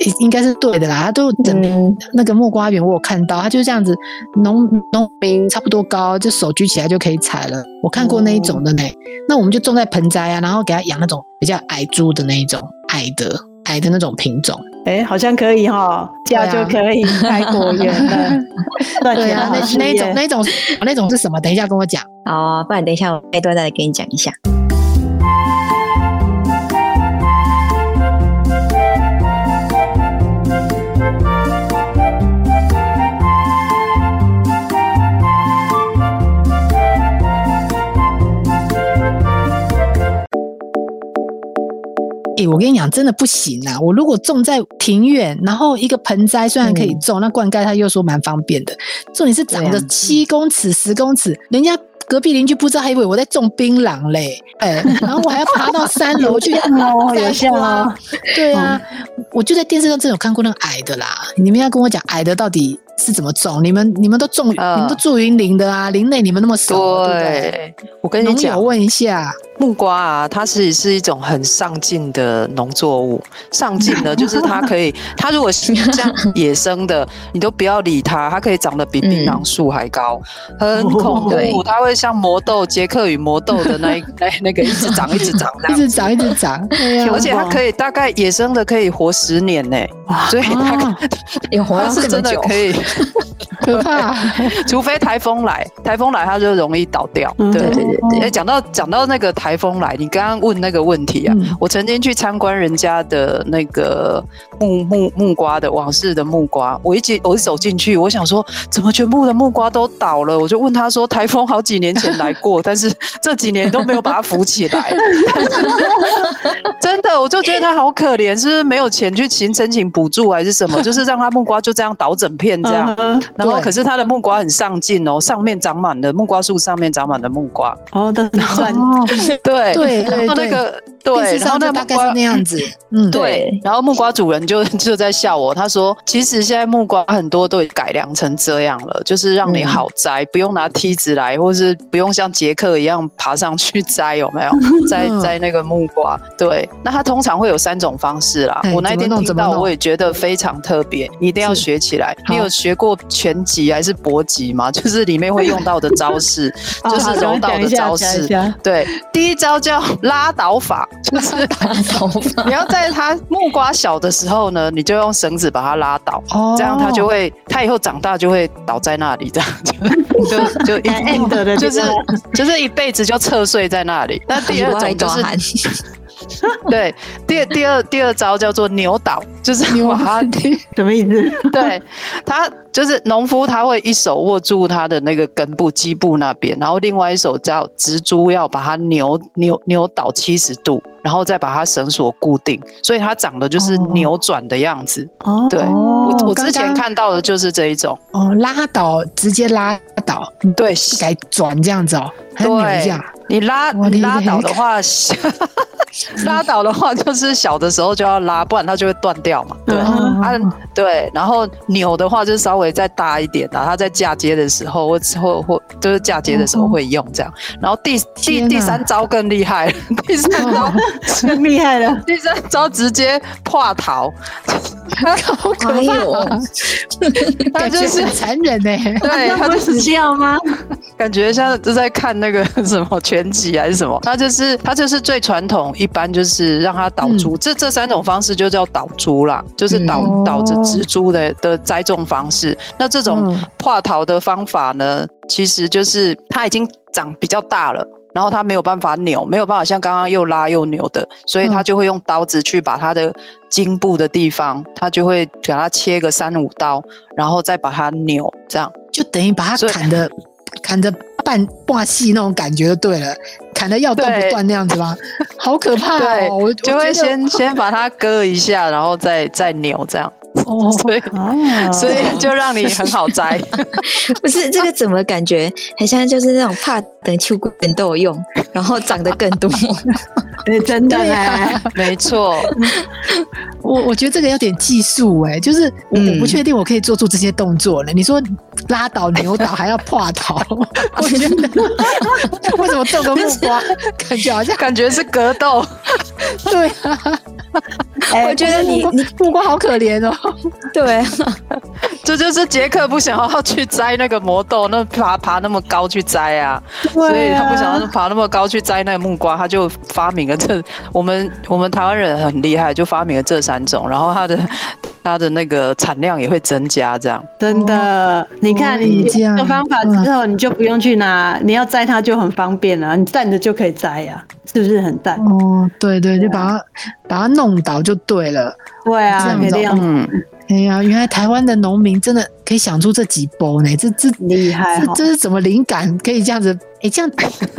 Speaker 3: 应应该是对的啦，它都整
Speaker 2: 嗯，
Speaker 3: 那个木瓜园我有看到，它就这样子浓浓杯差不多高，就手举起来就可以采了。我看过那一种的呢，那我们就种在盆栽啊，然后给它养那种比较矮株的那一种矮的矮的那种品种。
Speaker 4: 哎，好像可以哈，家
Speaker 3: 对啊
Speaker 4: 就可以开果园了，赚
Speaker 3: 对
Speaker 4: 钱
Speaker 3: 啊，
Speaker 4: 好
Speaker 3: 那
Speaker 4: 事
Speaker 3: 那一种
Speaker 4: 业。
Speaker 3: 那一种那一种是什么？等一下跟我讲。
Speaker 2: 好啊、不然等一下我那一段再来给你讲一下。
Speaker 3: 诶、我跟你讲，真的不行啊！我如果种在庭院，然后一个盆栽虽然可以种，那灌溉它又说蛮方便的，重点是长
Speaker 2: 对
Speaker 3: 得
Speaker 2: 啊
Speaker 3: 七公尺、十公尺，人家。隔壁邻居不知道，还以为我在种槟榔嘞，哎、然后我还要爬到三楼去
Speaker 4: *laughs* 哦，有效
Speaker 3: 啊
Speaker 4: 哦，！
Speaker 3: 对啊，我就在电视上真的有看过那个矮的啦。你们要跟我讲矮的到底是怎么种？你们你们都种，
Speaker 5: 呃
Speaker 3: 你们都住云林的啊，林内你们那么熟，对不对？
Speaker 5: 对，我跟你
Speaker 3: 农友
Speaker 5: 讲，
Speaker 3: 问一下，
Speaker 5: 木瓜啊，它是是一种很上进的农作物。上进呢，就是它可以，它如果是像野生的，你都不要理它，它可以长得比槟榔树还高，很恐
Speaker 2: 对
Speaker 5: 怖。它会像魔豆，捷克与魔豆的那一 *laughs* 那那个一直长一直长这
Speaker 3: *laughs* 一
Speaker 5: 样。
Speaker 3: 直长一直长，对啊
Speaker 5: 而且它可以大概野生的可以活十年呢、
Speaker 4: 哇
Speaker 5: 所以它、
Speaker 3: 啊
Speaker 2: 有活
Speaker 5: 它
Speaker 2: 到
Speaker 5: 是
Speaker 2: 这么 *laughs*
Speaker 5: 真的
Speaker 2: 久，
Speaker 5: 可以，
Speaker 3: 可怕。
Speaker 5: 除非台风来，台风来它就容易倒掉。
Speaker 4: 嗯
Speaker 5: 对
Speaker 2: 对对对
Speaker 3: 哦
Speaker 2: 对
Speaker 5: 哎，讲到讲到那个台风来，你刚刚问那个问题啊，
Speaker 3: 嗯
Speaker 5: 我曾经去参观人家的那个木木木瓜的往事的木瓜，我一进我一走进去，我想说怎么全部的木瓜都倒了，我就问他说台风好几年前来过，但是这几年都没有把它扶起来， *laughs* 真的，我就觉得他好可怜，是不是没有钱去请申请补助还是什么？就是让他木瓜就这样倒整片这样。
Speaker 4: 嗯
Speaker 5: 然后
Speaker 3: 对
Speaker 5: 可是它的木瓜很上进哦，上面长满了木瓜树，上面长满了木瓜。
Speaker 4: 哦，都是算
Speaker 5: 对
Speaker 3: 对
Speaker 5: 然后
Speaker 3: 对
Speaker 5: 那个
Speaker 3: 电
Speaker 5: 对，
Speaker 3: 视
Speaker 5: 然
Speaker 3: 上
Speaker 5: 后那
Speaker 3: 就
Speaker 5: 木
Speaker 3: 大概
Speaker 5: 瓜
Speaker 3: 是那样 *laughs* 子。嗯，
Speaker 5: 对
Speaker 2: 对，
Speaker 5: 然后木瓜主人就就在笑我，他说其实现在木瓜很多都改良成这样了，就是让你
Speaker 3: 嗯
Speaker 5: 好摘，不用拿梯子来，或是不用像杰克一样爬上去 *laughs* 摘，有没有？摘
Speaker 3: 嗯
Speaker 5: 摘那个木瓜。对，那它通常会有三种方式啦
Speaker 3: 哎。
Speaker 5: 我那一
Speaker 3: 怎么
Speaker 5: 天
Speaker 3: 弄
Speaker 5: 听
Speaker 3: 怎么
Speaker 5: 到，
Speaker 3: 弄
Speaker 5: 我也觉得非常特别，你一定要
Speaker 3: 是
Speaker 5: 学起来。你
Speaker 3: 好
Speaker 5: 有学过拳击还是搏击吗？ *laughs* 就是里面会用到的招式，
Speaker 3: *laughs* 哦
Speaker 5: 就是柔道的招式。对，第一招叫拉倒法，就是
Speaker 2: 头发
Speaker 5: 你要在它木瓜小的时候呢，你就用绳子把它拉倒，
Speaker 3: 哦，
Speaker 5: 这样它就会，它以后长大就会倒在那里，这样就就一
Speaker 4: end 的
Speaker 5: 就
Speaker 4: 就是是
Speaker 5: 就是一辈子就侧睡在那里。那第二种就是
Speaker 2: 汗，
Speaker 5: 对，第二第二第二招叫做扭倒，就是把它
Speaker 4: 什么意思？
Speaker 5: 对他就是农夫，他会一手握住他的那个根部、基部那边，然后另外一手叫植株要把它扭扭扭倒七十度，然后再把它绳索固定，所以它长得就是
Speaker 3: 哦
Speaker 5: 扭转的样子。
Speaker 4: 哦，
Speaker 5: 对
Speaker 3: 哦
Speaker 5: 我我
Speaker 3: 刚
Speaker 5: 之前
Speaker 3: 刚
Speaker 5: 看到的就是这一种，
Speaker 3: *laughs* 哦拉倒，直接拉倒，
Speaker 5: 对。
Speaker 3: 改转这样子哦，还扭一下。
Speaker 5: 你拉
Speaker 3: 我的
Speaker 5: 你拉
Speaker 3: 天
Speaker 5: 倒的话， *laughs* 拉倒的话就是小的时候就要拉，不然它就会断掉嘛。对，
Speaker 3: 哦
Speaker 5: 啊，对，然后扭的话就是稍微再大一点，然后它在嫁接的时候或或或就是嫁接的时候会用这样。然后第第
Speaker 3: 天
Speaker 5: 第
Speaker 3: 哪哦
Speaker 5: 三招更厉害 *laughs* 了，第三
Speaker 3: *laughs*
Speaker 5: 招
Speaker 4: 更厉害了，
Speaker 5: 第三招直接破 *laughs* 桃，
Speaker 3: 好可
Speaker 2: 哎
Speaker 3: 怕
Speaker 2: 呦
Speaker 3: 啊，，
Speaker 5: 它
Speaker 3: 感
Speaker 5: 就
Speaker 3: 觉
Speaker 5: 是
Speaker 3: 很 *laughs* 残忍呢。
Speaker 5: 对，它
Speaker 4: 会
Speaker 5: 就
Speaker 4: 死
Speaker 5: 是
Speaker 4: 掉吗？
Speaker 5: 感觉像就在看那个 *laughs* 什么拳击还是什么，它就是它就是最传统，一般就是让它倒
Speaker 3: 嗯
Speaker 5: 株，这这三种方式就叫倒株啦，就是倒、
Speaker 2: 嗯
Speaker 5: 倒着植株的的栽种方式。那这种
Speaker 3: 嗯
Speaker 5: 跨桃的方法呢，其实就是它已经长比较大了。然后它没有办法扭，没有办法像刚刚又拉又扭的，所以它
Speaker 3: 嗯
Speaker 5: 就会用刀子去把它的茎部的地方，它就会给它切个三五刀，然后再把它扭，这样。
Speaker 3: 就等于把它
Speaker 5: 所以
Speaker 3: 砍的砍的半半细那种感觉就对了，砍的要断不
Speaker 5: 对
Speaker 3: 断那样子吗？好可怕
Speaker 5: 对
Speaker 3: 哦！我 *laughs* 我
Speaker 5: 就会
Speaker 3: 觉得
Speaker 5: 先先把它割一下，然后再再扭这样，
Speaker 3: 哦，嗯
Speaker 5: 所以
Speaker 4: 哦，
Speaker 5: 所以就让你很好
Speaker 3: *laughs*
Speaker 5: 摘。
Speaker 2: *laughs* 不是这个怎么感觉很像就是那种怕等秋棍都有用，然后长得更多。
Speaker 4: 对，真的哎
Speaker 3: 对 *laughs*
Speaker 4: 嘞，
Speaker 5: 没错，
Speaker 3: 我我觉得这个有点技术哎、就是我
Speaker 2: 嗯
Speaker 3: 我不确定我可以做出这些动作了。你说拉 *laughs* 倒、扭倒还要跨倒，我觉 *laughs* 得为什么动个木瓜，感觉好像
Speaker 5: 感觉是格斗，
Speaker 3: 对啊，
Speaker 4: 哎
Speaker 2: *laughs* 我觉得你你
Speaker 3: 木瓜好可怜哦。
Speaker 2: 对啊，
Speaker 5: 这就是杰克不想要去摘那个魔豆，那爬爬那么高去摘啊，所以他不想
Speaker 3: 啊
Speaker 5: 要爬那么高去摘那个木瓜，他就发明了这我们我们台湾人很厉害，就发明了这三种，然后他的他的那个产量也会增加这样。
Speaker 4: 真的，你看你
Speaker 3: 哦这样
Speaker 4: 有方法之后，你就不用去拿，你要摘它就很方便了，你站着就可以摘呀，是不是很赞？
Speaker 3: 哦，对对，就把它把它弄倒就对了。
Speaker 4: 对
Speaker 3: 这
Speaker 4: 啊，
Speaker 3: 样
Speaker 4: 可以
Speaker 3: 子
Speaker 4: 这
Speaker 3: 哦
Speaker 4: 样
Speaker 5: 嗯，
Speaker 3: 哎呀，原来台湾的农民真的可以想出这几波呢，这这
Speaker 4: 啊厉害哦
Speaker 3: 这
Speaker 4: 哈，
Speaker 3: 哦这是什么灵感？可以这样子？哎、这样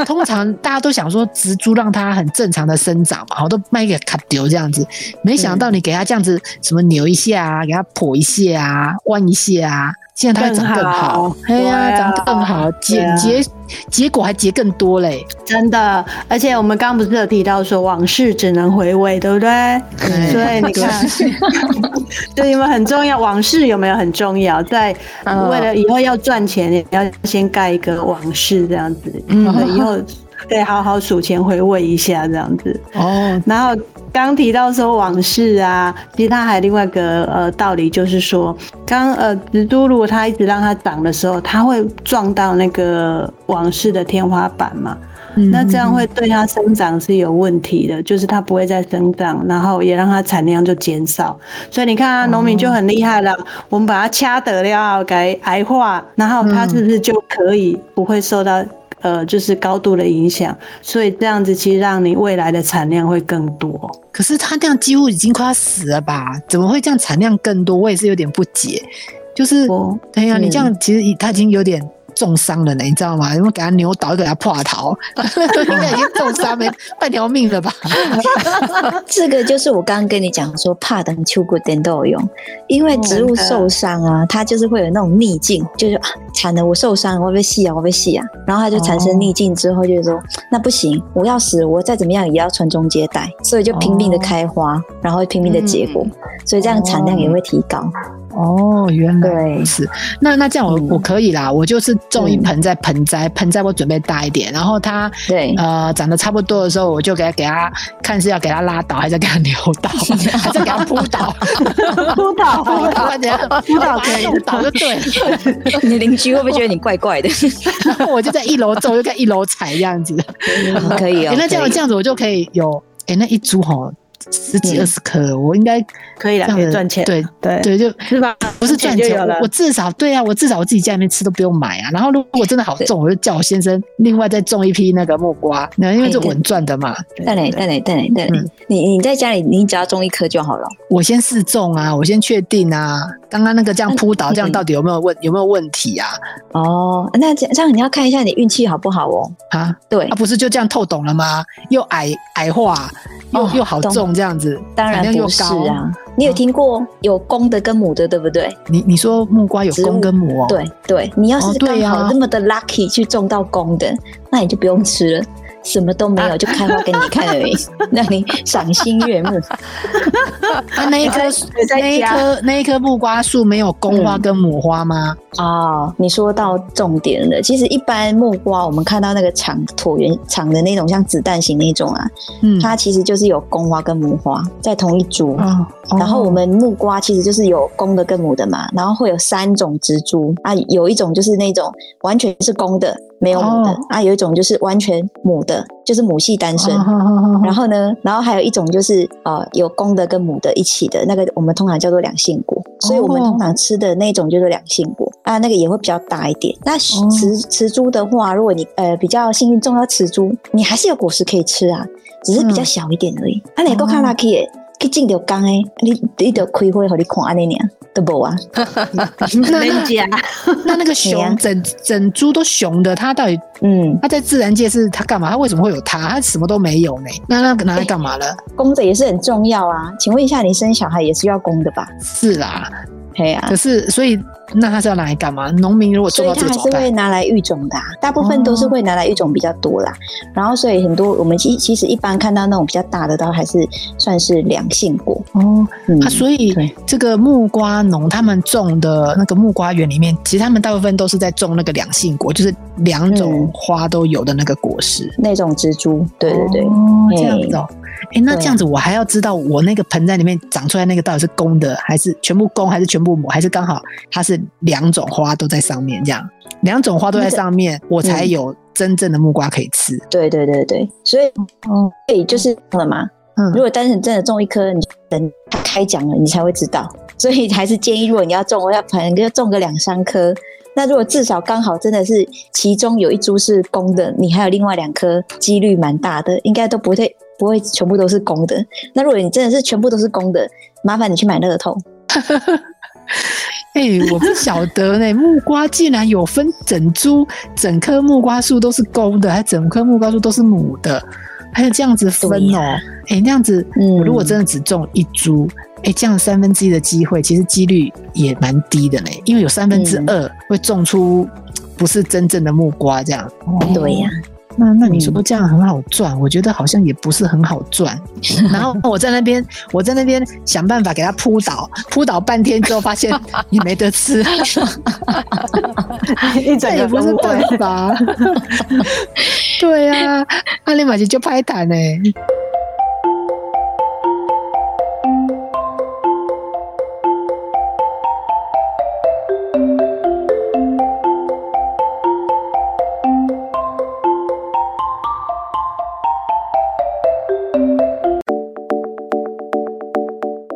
Speaker 3: 通常大家都想说植株让它很正常的生长嘛，我都卖给卡丢这样子，没想到你给它这样子什么扭一下啊，给它剖一下啊，弯一下啊，现在它会长更
Speaker 4: 更
Speaker 3: 好
Speaker 4: 好，
Speaker 3: 哎呀、
Speaker 4: 对啊
Speaker 3: 长更好，结、
Speaker 4: 对啊
Speaker 3: 结结果还结更多嘞，
Speaker 4: 真的，而且我们刚不是有提到说往事只能回味，对不对？所
Speaker 3: 哎
Speaker 4: 以你看，哎 *laughs* 对你们很重要，往事有没有很重要？在
Speaker 5: 嗯
Speaker 4: 为了以后要赚钱，也要先盖一个往事这样子，
Speaker 5: 嗯
Speaker 4: 然后以后可以好好数钱回味一下这样子。
Speaker 3: *laughs* 哦，
Speaker 4: 然后刚提到说往事啊，其实它还有另外一个呃道理，就是说，刚呃植株如果它一直让它长的时候，它会撞到那个往事的天花板嘛。
Speaker 3: 嗯
Speaker 4: 那这样会对它生长是有问题的，就是它不会再生长，然后也让它产量就减少。所以你看啊，农民就很厉害了，我们把它掐得了，给它癌化，然后它是不是就可以不会受到？呃，就是高度的影响，所以这样子其实让你未来的产量会更多。
Speaker 3: 可是它这样几乎已经快要死了吧？怎么会这样产量更多？我也是有点不解。就是
Speaker 4: 哦， *laughs*
Speaker 3: 对啊呀、你这
Speaker 2: 嗯
Speaker 3: 样其实已他已经有点重伤了呢，你知道吗？因为给他扭倒，又给他破头，应该已经重伤没半条命了吧？
Speaker 2: 这个就是我刚刚跟你讲说，怕等秋谷等都有用，因为植物受伤啊，它就是会有那种逆境，就是啊，惨了，我受伤了，我会被戏啊，我会被戏啊，然后它就产生逆境之后，就是说、 *laughs* 那不行，我要死，我再怎么样也要传宗接代，所以就拼命的开花，然后拼命的结果，所以这样产量也会提高。
Speaker 3: 哦，原来
Speaker 2: 对
Speaker 3: 如此。那那这样我、
Speaker 2: 嗯
Speaker 3: 我可以啦，我就是种一
Speaker 2: 嗯
Speaker 3: 盆在盆栽，盆栽我准备大一点，然后它
Speaker 2: 对，
Speaker 3: 呃长得差不多的时候，我就给它给它看是要给它拉倒，还是给它扭倒，还是给它扑倒，
Speaker 4: 辅 *laughs* 导
Speaker 3: 扑倒还是给它
Speaker 4: 扑倒可以
Speaker 3: 弄倒就对了。 *laughs*
Speaker 2: 你的邻居会不会觉得你怪怪的？
Speaker 3: 然后我就在一楼种，又在一楼采这样子。
Speaker 2: *laughs* *laughs* 可以哦
Speaker 3: 诶，那这样
Speaker 2: 可以
Speaker 3: 这样子我就可以有，哎、那一株吼十几
Speaker 2: 嗯
Speaker 3: 二十颗，我应该
Speaker 4: *laughs* 可以
Speaker 3: 这
Speaker 4: 啦，
Speaker 3: 样
Speaker 4: 可
Speaker 3: 子
Speaker 4: 以赚钱，
Speaker 3: 对
Speaker 4: 对
Speaker 3: 对，就
Speaker 4: 对吧？
Speaker 3: 不是赚
Speaker 4: 钱就
Speaker 3: 钱，
Speaker 4: 有
Speaker 3: 我
Speaker 4: 了
Speaker 3: 我至少对啊，我至少我自己家里面吃都不用买啊。然后如果真的好
Speaker 2: 对
Speaker 3: 种，我就叫我先生另外再种一批那个木瓜，那因为
Speaker 2: 哎
Speaker 3: 这
Speaker 2: 对
Speaker 3: 稳赚的嘛。
Speaker 2: 蛋磊，蛋磊，蛋磊，蛋磊
Speaker 3: 嗯，
Speaker 2: 你你在家里，你只要种一颗就好了。
Speaker 3: 我先试种啊，我先确定啊，刚刚那个这样扑倒，这样
Speaker 2: 嗯
Speaker 3: 到底有没有问有没有问题啊？
Speaker 2: 哦，那这这样你要看一下你运气好不好哦。
Speaker 3: 啊
Speaker 2: 对
Speaker 3: 啊，，不是就这样透懂了吗？又矮矮化，又、
Speaker 2: 哦
Speaker 3: 又好
Speaker 2: 懂
Speaker 3: 种这样子，
Speaker 2: 当
Speaker 3: 产
Speaker 2: 然
Speaker 3: 量又
Speaker 2: 不是
Speaker 3: 高。
Speaker 2: 啊。你有听过有公的跟母的，对不对？
Speaker 3: 你你说木瓜有
Speaker 2: 植
Speaker 3: 公
Speaker 2: 物
Speaker 3: 跟母哦？。
Speaker 2: 对对，你要
Speaker 3: 哦
Speaker 2: 是刚
Speaker 3: 对啊
Speaker 2: 好那么的 lucky 去种到公的，那你就不用吃了。什么都没有，就开花给你看而已，
Speaker 3: *laughs*
Speaker 2: 让你赏心悦目。
Speaker 3: 啊，
Speaker 2: *laughs*
Speaker 3: 那一棵
Speaker 4: 我在
Speaker 3: 那一
Speaker 4: 家
Speaker 3: 棵那一棵木瓜树没有公花
Speaker 2: 嗯
Speaker 3: 跟母花吗？
Speaker 2: 哦，你说到重点了。其实一般木瓜，我们看到那个长椭圆长的那种，像子弹形那种啊，
Speaker 3: 嗯，
Speaker 2: 它其实就是有公花跟母花在同一株。
Speaker 3: 哦，哦
Speaker 2: 然后我们木瓜其实就是有公的跟母的嘛，然后会有三种植株啊，有一种就是那种完全是公的，没有母的、
Speaker 3: 哦
Speaker 2: 啊，有一种就是完全母的，就是母系单身。
Speaker 3: 哦哦哦哦
Speaker 2: 然后呢，然后还有一种就是呃有公的跟母的一起的那个，我们通常叫做两性果，所以我们
Speaker 3: 哦
Speaker 2: 通常吃的那种就是两性果啊，那个也会比较大一点。那雌
Speaker 3: 哦
Speaker 2: 雌株的话，如果你呃比较幸运种到雌株，你还是有果实可以吃啊，只是比较
Speaker 3: 嗯哦
Speaker 2: 小一点而已。啊，你够看 lucky 耶，去进到缸诶，你你得开花给你看安尼尔，都无啊。
Speaker 3: *laughs* *laughs* 那
Speaker 4: 人
Speaker 3: 那
Speaker 4: 家
Speaker 3: 那那个
Speaker 2: 对啊
Speaker 3: 熊整整株都熊的，它到底
Speaker 2: 嗯，
Speaker 3: 它在自然界是它干嘛？它为什么会有它？它什么都没有呢？那那拿来干嘛了？
Speaker 2: 公的也是很重要啊。请问一下，你生小孩也是要公的吧？
Speaker 3: 是啦，
Speaker 2: 对啊
Speaker 3: 可。是所以那它是要拿来干嘛？农民如果
Speaker 2: 所
Speaker 3: 种
Speaker 2: 以
Speaker 3: 到这
Speaker 2: 它
Speaker 3: 个
Speaker 2: 还
Speaker 3: 怎
Speaker 2: 是
Speaker 3: 么
Speaker 2: 会
Speaker 3: 办？
Speaker 2: 拿来育种的啊、大部分
Speaker 3: 哦
Speaker 2: 都是会拿来育种比较多啦。然后，所以很多我们其其实一般看到那种比较大的，都还是算是两性果。
Speaker 3: 哦，
Speaker 2: 嗯
Speaker 3: 啊，所以
Speaker 2: 对
Speaker 3: 这个木瓜农他们种的那个木瓜园里面，其实他们大部分都是在种那个两性果，就是两种
Speaker 2: 嗯
Speaker 3: 花都有的那个果实。
Speaker 2: 那种植株，对对对，
Speaker 3: 哦，
Speaker 2: 嘿
Speaker 3: 这样子哦。哎，那
Speaker 2: 对啊
Speaker 3: 这样子我还要知道我那个盆栽里面长出来那个到底是公的还是全部公还是全部母，还是刚好它是两种花都在上面这样，两种花都在上面，我才
Speaker 2: 嗯
Speaker 3: 有真正的木瓜可以吃。
Speaker 2: 对对对对，所以
Speaker 3: 哦，
Speaker 2: 所以就是这样了嘛。
Speaker 3: 嗯
Speaker 2: 如果单纯真的种一颗，你就等它开奖了，你才会知道。所以还是建议，如果你要种，我要可能就种个两三颗。那如果至少刚好真的是其中有一株是公的，你还有另外两颗，几率蛮大的，应该都不会不会全部都是公的。那如果你真的是全部都是公的，麻烦你去买乐透。
Speaker 3: 哎、我不
Speaker 2: *laughs*
Speaker 3: 晓得呢、木瓜竟然有分整株，整棵木瓜树都是公的，还整棵木瓜树都是母的，还有这样子分
Speaker 2: 对
Speaker 3: 哦、
Speaker 2: 呀
Speaker 3: 哎、那样子，
Speaker 2: 嗯
Speaker 3: 我如果真的只种一株，哎、这样三分之一的机会，其实几率也蛮低的呢，因为有三分之二会种出不是真正的木瓜这样。哦
Speaker 2: 对呀、
Speaker 3: 那那你说这样很好赚，我觉得好像也不是很好 *laughs* 赚。然后我在那边，我在那边想办法给它扑倒，扑倒半天之后发 *laughs* 现也没得吃，*laughs* 这
Speaker 4: 一整
Speaker 3: 也
Speaker 4: 个
Speaker 3: 不是
Speaker 4: 都会
Speaker 3: 办法。 *laughs* 对呀、啊，阿里马吉就拍弹呢、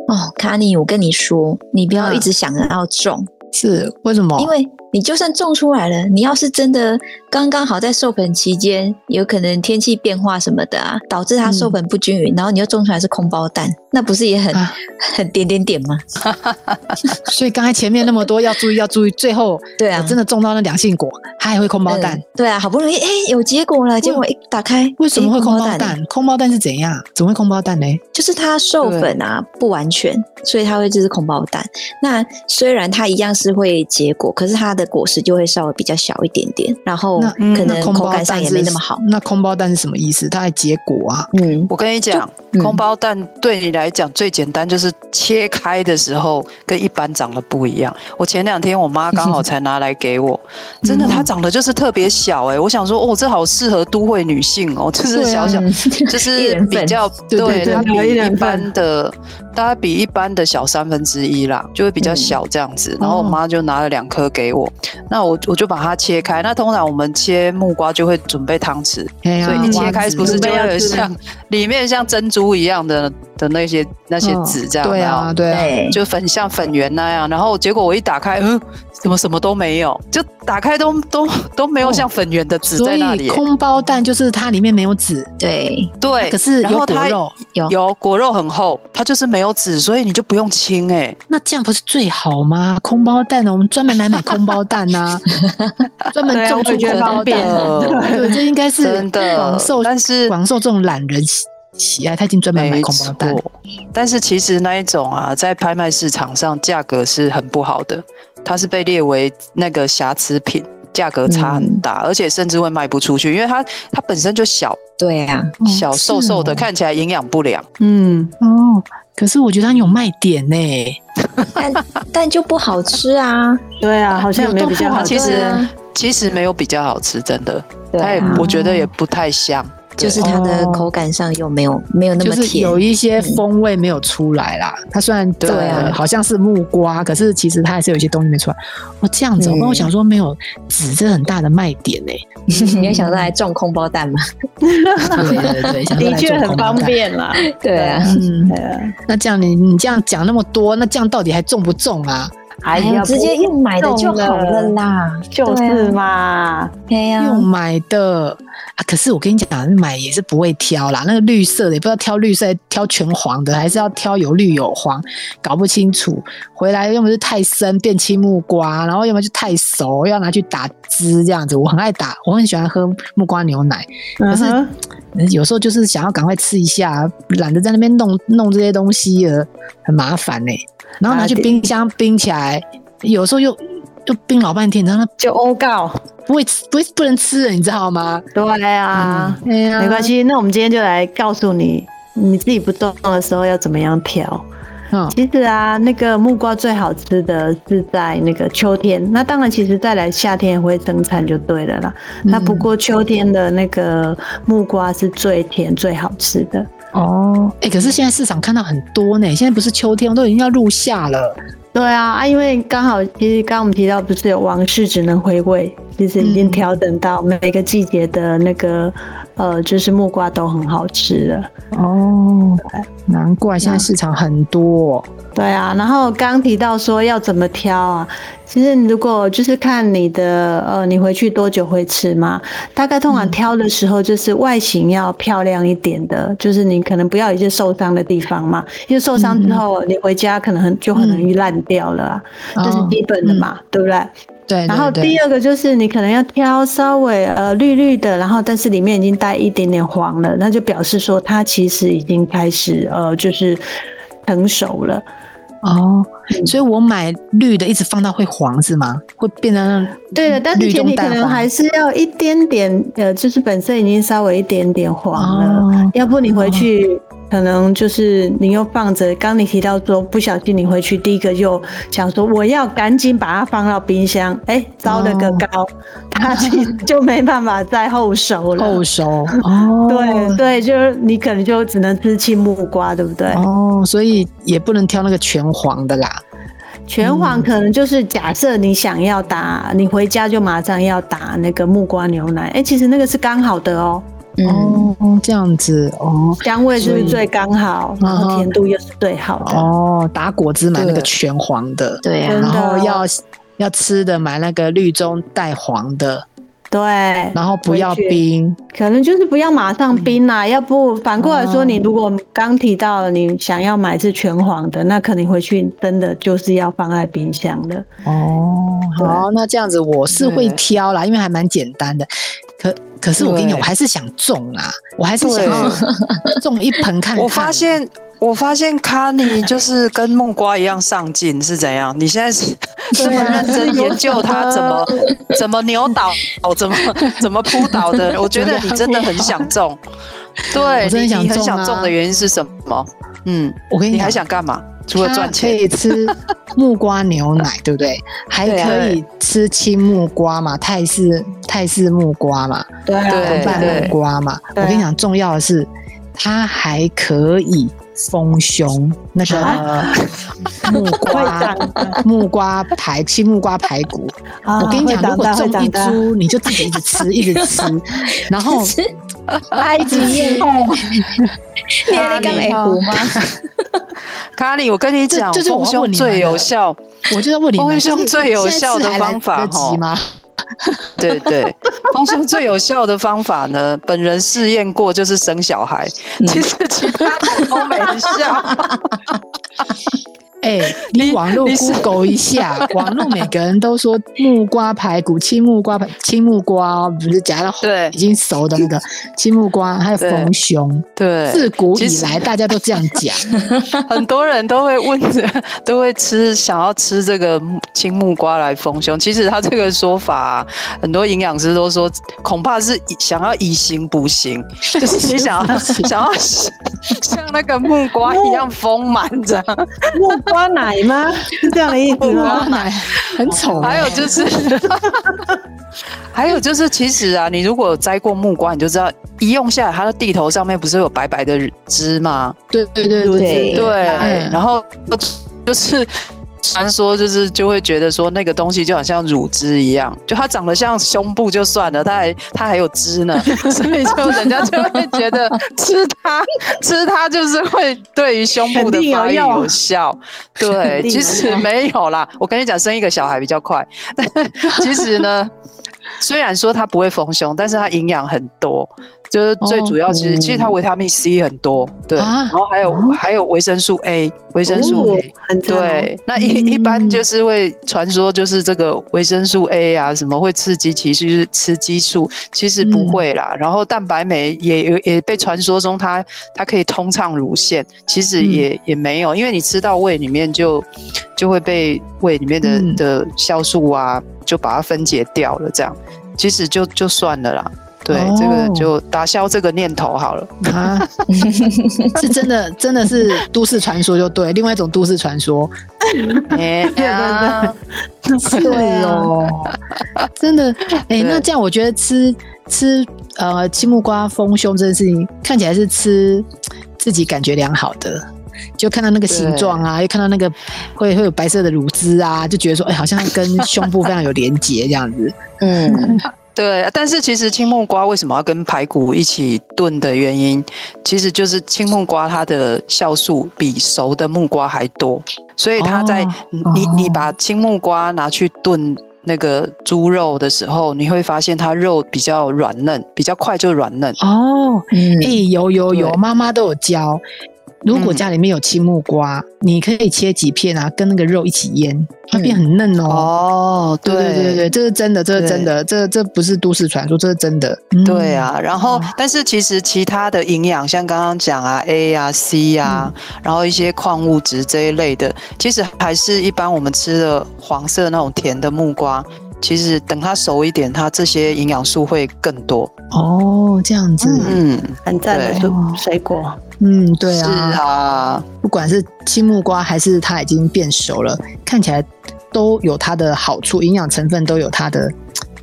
Speaker 2: 哦卡尼，我跟你说，你不要一直想着要种，
Speaker 3: 是为什么？
Speaker 2: 因为你就算种出来了，你要是真的刚刚好在授粉期间，有可能天气变化什么的啊，导致它授粉不均匀，然后你又种出来是空包蛋，那不是也很、
Speaker 3: 啊
Speaker 2: 很点点点吗？
Speaker 3: 所以刚才前面那么多要注意要注意，最后
Speaker 2: 对啊
Speaker 3: 我真的种到那良性果，它还会空包蛋。
Speaker 2: 嗯对啊，好不容易哎、有结果了，结果一打开，
Speaker 3: 为什么
Speaker 2: 哎
Speaker 3: 会空包
Speaker 2: 包蛋？
Speaker 3: 蛋？空包蛋是怎样？怎么会空包蛋呢？
Speaker 2: 就是它授粉啊不完全，所以它会就是空包蛋。那虽然它一样是会结果，可是它的果实就会稍微比较小一点点，然后
Speaker 3: 那嗯
Speaker 2: 可
Speaker 3: 那
Speaker 2: 能
Speaker 3: 空
Speaker 2: 口
Speaker 3: 包
Speaker 2: 感
Speaker 3: 蛋
Speaker 2: 上也
Speaker 3: 是
Speaker 2: 没那么好。
Speaker 3: 那空包蛋是什么意思？它还结果啊？
Speaker 2: 嗯，
Speaker 5: 我跟你讲，
Speaker 2: 嗯
Speaker 5: 空包蛋对你来讲最简单，就是切开的时候跟一般长得不一样。我前两天我妈刚好才拿来给我，真的它长得就是特别小哎、我想说哦，这好适合都会女性哦，就是
Speaker 3: 对啊
Speaker 5: 小小，
Speaker 2: 嗯
Speaker 5: 就
Speaker 2: 一
Speaker 5: 是
Speaker 2: 人
Speaker 5: 比
Speaker 2: 份
Speaker 5: 较
Speaker 3: 对对对
Speaker 5: 它
Speaker 4: 它有一
Speaker 5: 比
Speaker 4: 人
Speaker 5: 一
Speaker 4: 份
Speaker 5: 般的，大概比一般的小三分之一啦，就会比较
Speaker 2: 嗯
Speaker 5: 小这样子。然后
Speaker 3: 哦
Speaker 5: 我妈就拿了两颗给我，那我我就把它切开。那通常我们切木瓜就会准备汤匙，
Speaker 3: 哎呀
Speaker 5: 所以一切开不是就会有
Speaker 4: 准备要吃
Speaker 5: 像 *laughs* 里面像珍珠一样的的那些那些籽这样
Speaker 3: 对
Speaker 5: 的
Speaker 3: 啊，
Speaker 5: 哦，
Speaker 3: 对啊，
Speaker 2: 对，
Speaker 5: 就粉像粉圆那样。然后结果我一打开，嗯，怎么什么都没有？就打开都都都没有
Speaker 3: 哦
Speaker 5: 像粉圆的籽
Speaker 3: 所
Speaker 5: 在那里
Speaker 3: 以
Speaker 5: 耶。
Speaker 3: 空包蛋就是它里面没有籽，
Speaker 2: 对，
Speaker 5: 对，
Speaker 3: 可是
Speaker 5: 哎然
Speaker 3: 有
Speaker 5: 后
Speaker 3: 果
Speaker 5: 它
Speaker 3: 肉，
Speaker 2: 有
Speaker 5: 有果肉很厚，它就是没有籽，所以你就不用清哎。
Speaker 3: 那这样不是最好吗？空包蛋啊呢，我们专门来买空包蛋呐，
Speaker 5: *laughs*
Speaker 3: 专门
Speaker 4: 对啊
Speaker 3: 种出
Speaker 4: 我觉
Speaker 3: 空
Speaker 4: 得
Speaker 3: 包
Speaker 4: 方
Speaker 3: 蛋
Speaker 4: 便。
Speaker 3: *laughs* 对，这应该 *laughs* 是
Speaker 5: 呃
Speaker 3: 哦
Speaker 5: 真的
Speaker 3: 广受
Speaker 5: 但是
Speaker 3: 广受这种懒人喜喜爱，他已经专门买
Speaker 5: 没
Speaker 3: 空包蛋
Speaker 5: 错，，但是其实那一种啊，在拍卖市场上价格是很不好的，它是被列为那个瑕疵品，价格差很大，而且甚至会卖不出去，因为它它本身就小
Speaker 2: 对啊，
Speaker 3: 哦
Speaker 5: 小瘦瘦的，
Speaker 3: 是哦
Speaker 5: 看起来营养不良。
Speaker 4: 嗯，
Speaker 3: 哦。可是我觉得它有卖点呢、
Speaker 2: 但 *laughs* 但就不好吃
Speaker 3: *laughs*
Speaker 2: 啊。
Speaker 4: 对啊，好像也没有比较好
Speaker 5: 它
Speaker 4: 吃
Speaker 5: 其实、
Speaker 2: 对啊
Speaker 5: 其实没有比较好吃，真的，
Speaker 2: 对
Speaker 5: 它也
Speaker 2: 啊，
Speaker 5: 我觉得也不太像。对
Speaker 2: 就是它的
Speaker 3: 哦
Speaker 2: 口感上又没有没有那
Speaker 3: 就
Speaker 2: 么
Speaker 3: 是
Speaker 2: 甜
Speaker 3: 有。一些风味没有出来啦。它虽然
Speaker 5: 对
Speaker 3: 长得好像是木瓜，可是其实它还是有一些东西没出来。哦，这样子哦，
Speaker 2: 嗯
Speaker 3: 那我想说没有籽是很大的卖点呢、
Speaker 2: *laughs* 你有想到来种空包蛋吗？
Speaker 3: *laughs*
Speaker 4: 啊
Speaker 3: *laughs* 对对对，想说
Speaker 4: 的
Speaker 3: 来
Speaker 4: 确
Speaker 3: 做
Speaker 4: 很
Speaker 3: 空包
Speaker 4: 方
Speaker 3: 蛋。
Speaker 4: 便啦。
Speaker 2: 对啊，
Speaker 3: 嗯
Speaker 4: *laughs* 对，啊
Speaker 3: 那这样你你这样讲那么多，那这样到底还中不中啊？
Speaker 4: 哎
Speaker 2: 哎
Speaker 4: 呀
Speaker 2: 呀，，直接用买的就好了啦。
Speaker 4: 就是嘛，
Speaker 2: 对啊呀、
Speaker 3: 用买的啊，可是我跟你讲，买也是不会挑啦，那个绿色的也不知道挑绿色，挑全黄的，还是要挑有绿有黄，搞不清楚。回来要么是太生变青木瓜，然后要么就太熟，要拿去打汁这样子。我很爱打，我很喜欢喝木瓜牛奶，
Speaker 4: 嗯
Speaker 3: 是
Speaker 4: 哼，
Speaker 3: 有时候就是想要赶快吃一下，懒得在那边弄弄这些东西了，很麻烦呢、然后拿去冰箱冰起来，有时候又又冰老半天，然后它
Speaker 4: 就欧告，
Speaker 3: 不会不会不能吃了，你知道吗？
Speaker 4: 对啊，
Speaker 3: 哎呀
Speaker 4: 没关系。那我们今天就来告诉你，你自己不动的时候要怎么样调。
Speaker 3: 嗯
Speaker 4: 其实啊，那个木瓜最好吃的是在那个秋天，那当然其实再来夏天也会生产就对了啦。那不过秋天的那个木瓜是最甜最好吃的。
Speaker 2: 哦，
Speaker 3: 哎、可是现在市场看到很多呢，现在不是秋天，都已经要入夏了。
Speaker 4: 对啊，啊，因为刚好其实刚刚我们提到不是有王室职能回味，其实已经
Speaker 3: 嗯
Speaker 4: 调整到每个季节的那个呃，就是木瓜都很好吃了。
Speaker 3: 哦，难怪现在市场很多、
Speaker 4: 对啊，然后刚刚提到说要怎么挑啊，其实你如果就是看你的呃，你回去多久会吃嘛？大概通常
Speaker 3: 嗯
Speaker 4: 挑的时候就是外形要漂亮一点的，就是你可能不要有一些受伤的地方嘛，因为受伤之后你回家可能很就很容易烂掉了啊，
Speaker 3: 嗯
Speaker 4: 这是基本的嘛，对不对？
Speaker 3: 对，
Speaker 4: 然后
Speaker 3: 对
Speaker 4: 第
Speaker 3: 对
Speaker 4: 二个就是你可能要挑稍微呃绿绿的，然后但是里面已经带一点点黄了，那就表示说它其实已经开始呃就是成熟了。
Speaker 3: 哦，
Speaker 4: 嗯
Speaker 3: 所以我买绿的，一直放到会黄是吗？会变成那
Speaker 4: 对的，但是
Speaker 3: 绿
Speaker 4: 前
Speaker 3: 中
Speaker 4: 提可
Speaker 3: 带
Speaker 4: 能还
Speaker 3: 黄。
Speaker 4: 是要一点点，呃，就是本身已经稍微一点点黄了，
Speaker 3: 哦
Speaker 4: 要不你回去、可能就是你又放着。刚你提到说不小心你回去，第一个又想说我要赶紧把它放到冰箱，哎，糟了个
Speaker 3: 哦
Speaker 4: 高，它其实就没办法再后熟了。
Speaker 3: 后熟
Speaker 5: *laughs*
Speaker 3: 哦，
Speaker 4: 对对，就是你可能就只能吃青木瓜，对不对？
Speaker 3: 哦，所以也不能挑那个全黄的啦。
Speaker 4: 全
Speaker 3: 嗯
Speaker 4: 黄可能就是假设你想要打，你回家就马上要打那个木瓜牛奶，哎、其实那个是刚好的哦。
Speaker 2: 嗯，
Speaker 3: 哦，这样子哦
Speaker 4: 香味是不是最刚好，然
Speaker 3: 嗯哼
Speaker 4: 后甜度又是最好的。
Speaker 3: 哦，打果汁买那个
Speaker 5: 对
Speaker 3: 全黄的，
Speaker 2: 对
Speaker 4: 真
Speaker 2: 啊
Speaker 4: 的，
Speaker 3: 然后
Speaker 4: 哦
Speaker 3: 要要吃的买那个绿中带黄的，
Speaker 4: 对，
Speaker 3: 然后不要
Speaker 4: 回绝
Speaker 3: 冰，
Speaker 4: 可能就是不要马上冰啦，要不反过来
Speaker 3: 哦
Speaker 4: 说，你如果刚提到你想要买是全黄的，那可能回去真的就是要放在冰箱的。
Speaker 3: 哦，好，那这样子我是会挑啦，因为还蛮简单的。可可是我跟你讲，
Speaker 5: 对
Speaker 3: 我还是想种啦，我还是想 *laughs* 种一盆看看。
Speaker 5: 我发现，我发现卡尼就是跟木瓜一样上进，是怎样？你现在是这么认真研究它怎么怎么扭倒，哦，怎么怎么扑倒的？我觉得你真的很想中，对，
Speaker 3: 我真的想
Speaker 5: 你你很
Speaker 3: 中
Speaker 5: 想中
Speaker 3: 啊
Speaker 5: 的原因是什么？嗯，
Speaker 3: 我跟你
Speaker 5: 你
Speaker 3: 讲
Speaker 5: 还想干嘛？除了赚
Speaker 3: 它
Speaker 5: 钱
Speaker 3: 可，以吃木瓜牛奶，对不对？还
Speaker 2: 对啊
Speaker 3: 可以吃青木瓜嘛，泰式泰式木瓜嘛，
Speaker 4: 对啊，
Speaker 5: 对
Speaker 3: 拌木瓜嘛。我
Speaker 4: 对啊
Speaker 3: 跟你讲，重要的是它还可以丰胸，那个 *laughs*
Speaker 4: 啊
Speaker 3: 木
Speaker 4: 会
Speaker 3: 瓜
Speaker 4: 长大
Speaker 3: 木瓜排青木瓜排骨。
Speaker 4: 啊，
Speaker 3: 我跟你
Speaker 4: 会
Speaker 3: 讲，如
Speaker 4: 长
Speaker 3: 果
Speaker 4: 大，会
Speaker 3: 种一
Speaker 4: 长大。
Speaker 3: 株，你就自己一直吃，一直吃，然后
Speaker 2: 是埃及艳你那刚会糊吗？
Speaker 5: 卡尼，我跟你
Speaker 3: 这
Speaker 5: 讲，
Speaker 3: 这就是我
Speaker 5: 丰
Speaker 3: 要
Speaker 5: 胸
Speaker 3: 问你
Speaker 5: 最
Speaker 3: 们
Speaker 5: 有
Speaker 3: 的
Speaker 5: 效，
Speaker 3: 我就在问你
Speaker 5: 丰
Speaker 3: 们，
Speaker 5: 胸最有效的方
Speaker 3: 哈
Speaker 5: 法吼
Speaker 3: 吗？
Speaker 5: 对对，丰胸最有效的方法呢，本人试验过就是生小孩，其实其他的都没效。
Speaker 3: 哎，你网络
Speaker 5: *laughs* 你是
Speaker 3: Google 一
Speaker 5: *laughs*
Speaker 3: 下，网络每个人都说木瓜排骨、青木瓜排、青木瓜哦，不是夹了
Speaker 5: *laughs* 对
Speaker 3: 已经熟的那个青木瓜，还有
Speaker 5: 对
Speaker 3: 丰胸，
Speaker 5: 对，
Speaker 3: 自古
Speaker 5: 其
Speaker 3: 以
Speaker 5: 实
Speaker 3: 来大家都这样
Speaker 5: *laughs*
Speaker 3: 讲。
Speaker 5: 很多人都会问，都会吃想要吃这个青木瓜来丰胸。其实他这个说法啊、很多营养师都说，恐怕是以想要以形补形， *laughs* 就是你想要想要像那个木瓜一样丰满这样。
Speaker 4: 木瓜奶吗？是这样的意思
Speaker 3: 木
Speaker 4: 吗
Speaker 3: 瓜？奶很丑，啊
Speaker 5: 还有就是， *laughs* 还有就是，其实啊，你如果有摘过木瓜，你就知道，一用下来，它的地头上面不是有白白的汁吗？
Speaker 3: 对对对对
Speaker 2: 对
Speaker 5: 对，
Speaker 3: 嗯
Speaker 5: 然后就是。传说就是就会觉得说那个东西就好像乳汁一样，就它长得像胸部就算了，它还它还有汁
Speaker 4: *laughs*
Speaker 5: 呢，所以就人家就会觉得吃它 *laughs* 吃它就是会对于胸部的
Speaker 4: 肯定有
Speaker 5: 发育
Speaker 4: 用
Speaker 5: 有效。对，
Speaker 4: 定
Speaker 5: 其
Speaker 4: 有
Speaker 5: 实
Speaker 4: 用
Speaker 5: 没有啦，我跟你讲，生一个小孩比较快。 *laughs* 其实呢，虽然说它不会丰胸，但是它营养很多，就是最主要其
Speaker 4: 哦
Speaker 5: 实、其实它维他命 C 很多，对，
Speaker 3: 啊
Speaker 5: 然后还有、还有维生素 A，维生素
Speaker 4: 哦
Speaker 5: A。，
Speaker 4: 很赞哦，
Speaker 5: 对，那
Speaker 3: 嗯
Speaker 5: 一一般就是会传说，就是这个维生素 A 啊，什么会刺激其实吃激素，其实
Speaker 3: 嗯
Speaker 5: 不会啦。然后蛋白酶也也也被传说中它它可以通畅乳腺，其实
Speaker 3: 嗯
Speaker 5: 也、也没有，因为你吃到胃里面就就会被胃里面的、
Speaker 3: 嗯
Speaker 5: 的酵素啊，就把它分解掉了，这样其实就就算了啦。对，
Speaker 3: 哦
Speaker 5: 这个就打消这个念
Speaker 3: *laughs*
Speaker 5: 头好了。
Speaker 3: 啊，是真的，真的是都市传说就对，另外一种都市传说
Speaker 5: 哎呀，
Speaker 3: 是
Speaker 2: 啊 *laughs* 对啊
Speaker 3: 哦， *laughs* 真的，哎、
Speaker 5: 对
Speaker 3: 那这样我觉得吃吃呃青木瓜丰胸这件事情，看起来是吃自己感觉良好的，就看到那个形状啊，又看到那个会会有白色的乳汁啊，就觉得说，哎、好像跟胸部非常有连结这样
Speaker 5: *laughs*
Speaker 3: 子。 *laughs*
Speaker 2: 嗯，
Speaker 5: 对，但是其实青木瓜为什么要跟排骨一起炖的原因，其实就是青木瓜它的酵素比熟的木瓜还多，所以它在、
Speaker 3: 哦
Speaker 5: 你你
Speaker 3: 哦
Speaker 5: 把青木瓜拿去炖那个猪肉的时候，你会发现它肉比较软嫩，比较快就软嫩。
Speaker 3: 哦，
Speaker 2: 嗯
Speaker 3: 哎、有有有，
Speaker 5: 对
Speaker 3: 妈妈都有教。如果
Speaker 5: 嗯
Speaker 3: 家里面有青木瓜，你可以切几片啊，跟那个肉一起腌，它变很嫩哦。
Speaker 5: 哦，
Speaker 3: 对对对对，这是真的，这是
Speaker 5: 对
Speaker 3: 真的，这这不是都市传说，这是真的。嗯
Speaker 5: 对，啊，然后、
Speaker 3: 哦
Speaker 5: 但是其实其他的营养，像刚刚讲啊 A 啊 C 啊，
Speaker 3: 嗯
Speaker 5: 然后一些矿物质这一类的，其实还是一般我们吃的黄色那种甜的木瓜，其实等它熟一点，它这些营养素会更多。
Speaker 3: 哦，这样子，
Speaker 5: 嗯，
Speaker 4: 很赞的
Speaker 5: 对
Speaker 4: 水水
Speaker 3: *laughs*
Speaker 4: 果。
Speaker 3: 嗯，对
Speaker 5: 是
Speaker 3: 啊，
Speaker 5: 啊，
Speaker 3: 不管是青木瓜还是它已经变熟了，看起来都有它的好处，营养成分都有它的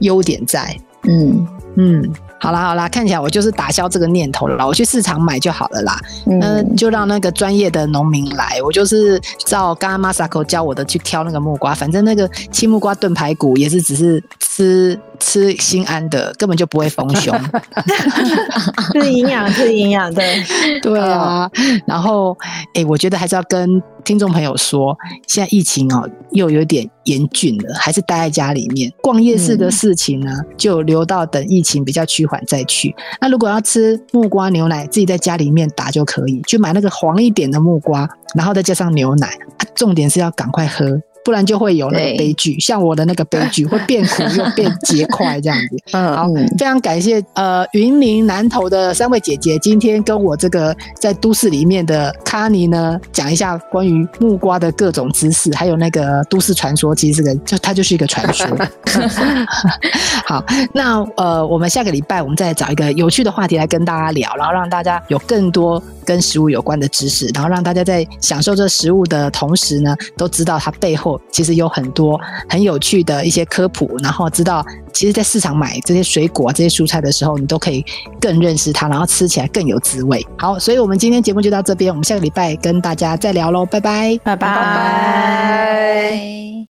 Speaker 3: 优点在。
Speaker 2: 嗯
Speaker 3: 嗯，好啦好啦，看起来我就是打消这个念头了啦，我去市场买就好了啦。那
Speaker 2: 嗯，
Speaker 3: 呃就让那个专业的农民来，我就是照刚刚 Masako 教我的去挑那个木瓜，反正那个青木瓜炖排骨也是只是吃吃心安的，根本就不会丰胸。
Speaker 6: 是营养，是营养，对，
Speaker 3: *laughs* 对啊，然后哎、诶我觉得还是要跟听众朋友说，现在疫情哦又有点严峻了，还是待在家里面逛夜市的事情呢，就留到等疫情比较趋缓再去。那如果要吃木瓜牛奶，自己在家里面打就可以，去买那个黄一点的木瓜，然后再加上牛奶。啊、重点是要赶快喝，不然就会有那个
Speaker 2: 对
Speaker 3: 悲剧，像我的那个悲剧会变苦又变结块这样子。
Speaker 5: 嗯，
Speaker 3: 好，非常感谢呃云林南投的三位姐姐，今天跟我这个在都市里面的卡尼呢，讲一下关于木瓜的各种知识，还有那个都市传说，其实这个就它就是一个传说。 *laughs* 好，那呃，我们下个礼拜我们再找一个有趣的话题来跟大家聊，然后让大家有更多跟食物有关的知识，然后让大家在享受这食物的同时呢，都知道它背后其实有很多很有趣的一些科普，然后知道其实，在市场买这些水果、啊这些蔬菜的时候，你都可以更认识它，然后吃起来更有滋味。好，所以我们今天节目就到这边，我们下个礼拜跟大家再聊喽，拜拜。
Speaker 4: 拜拜。
Speaker 2: 拜。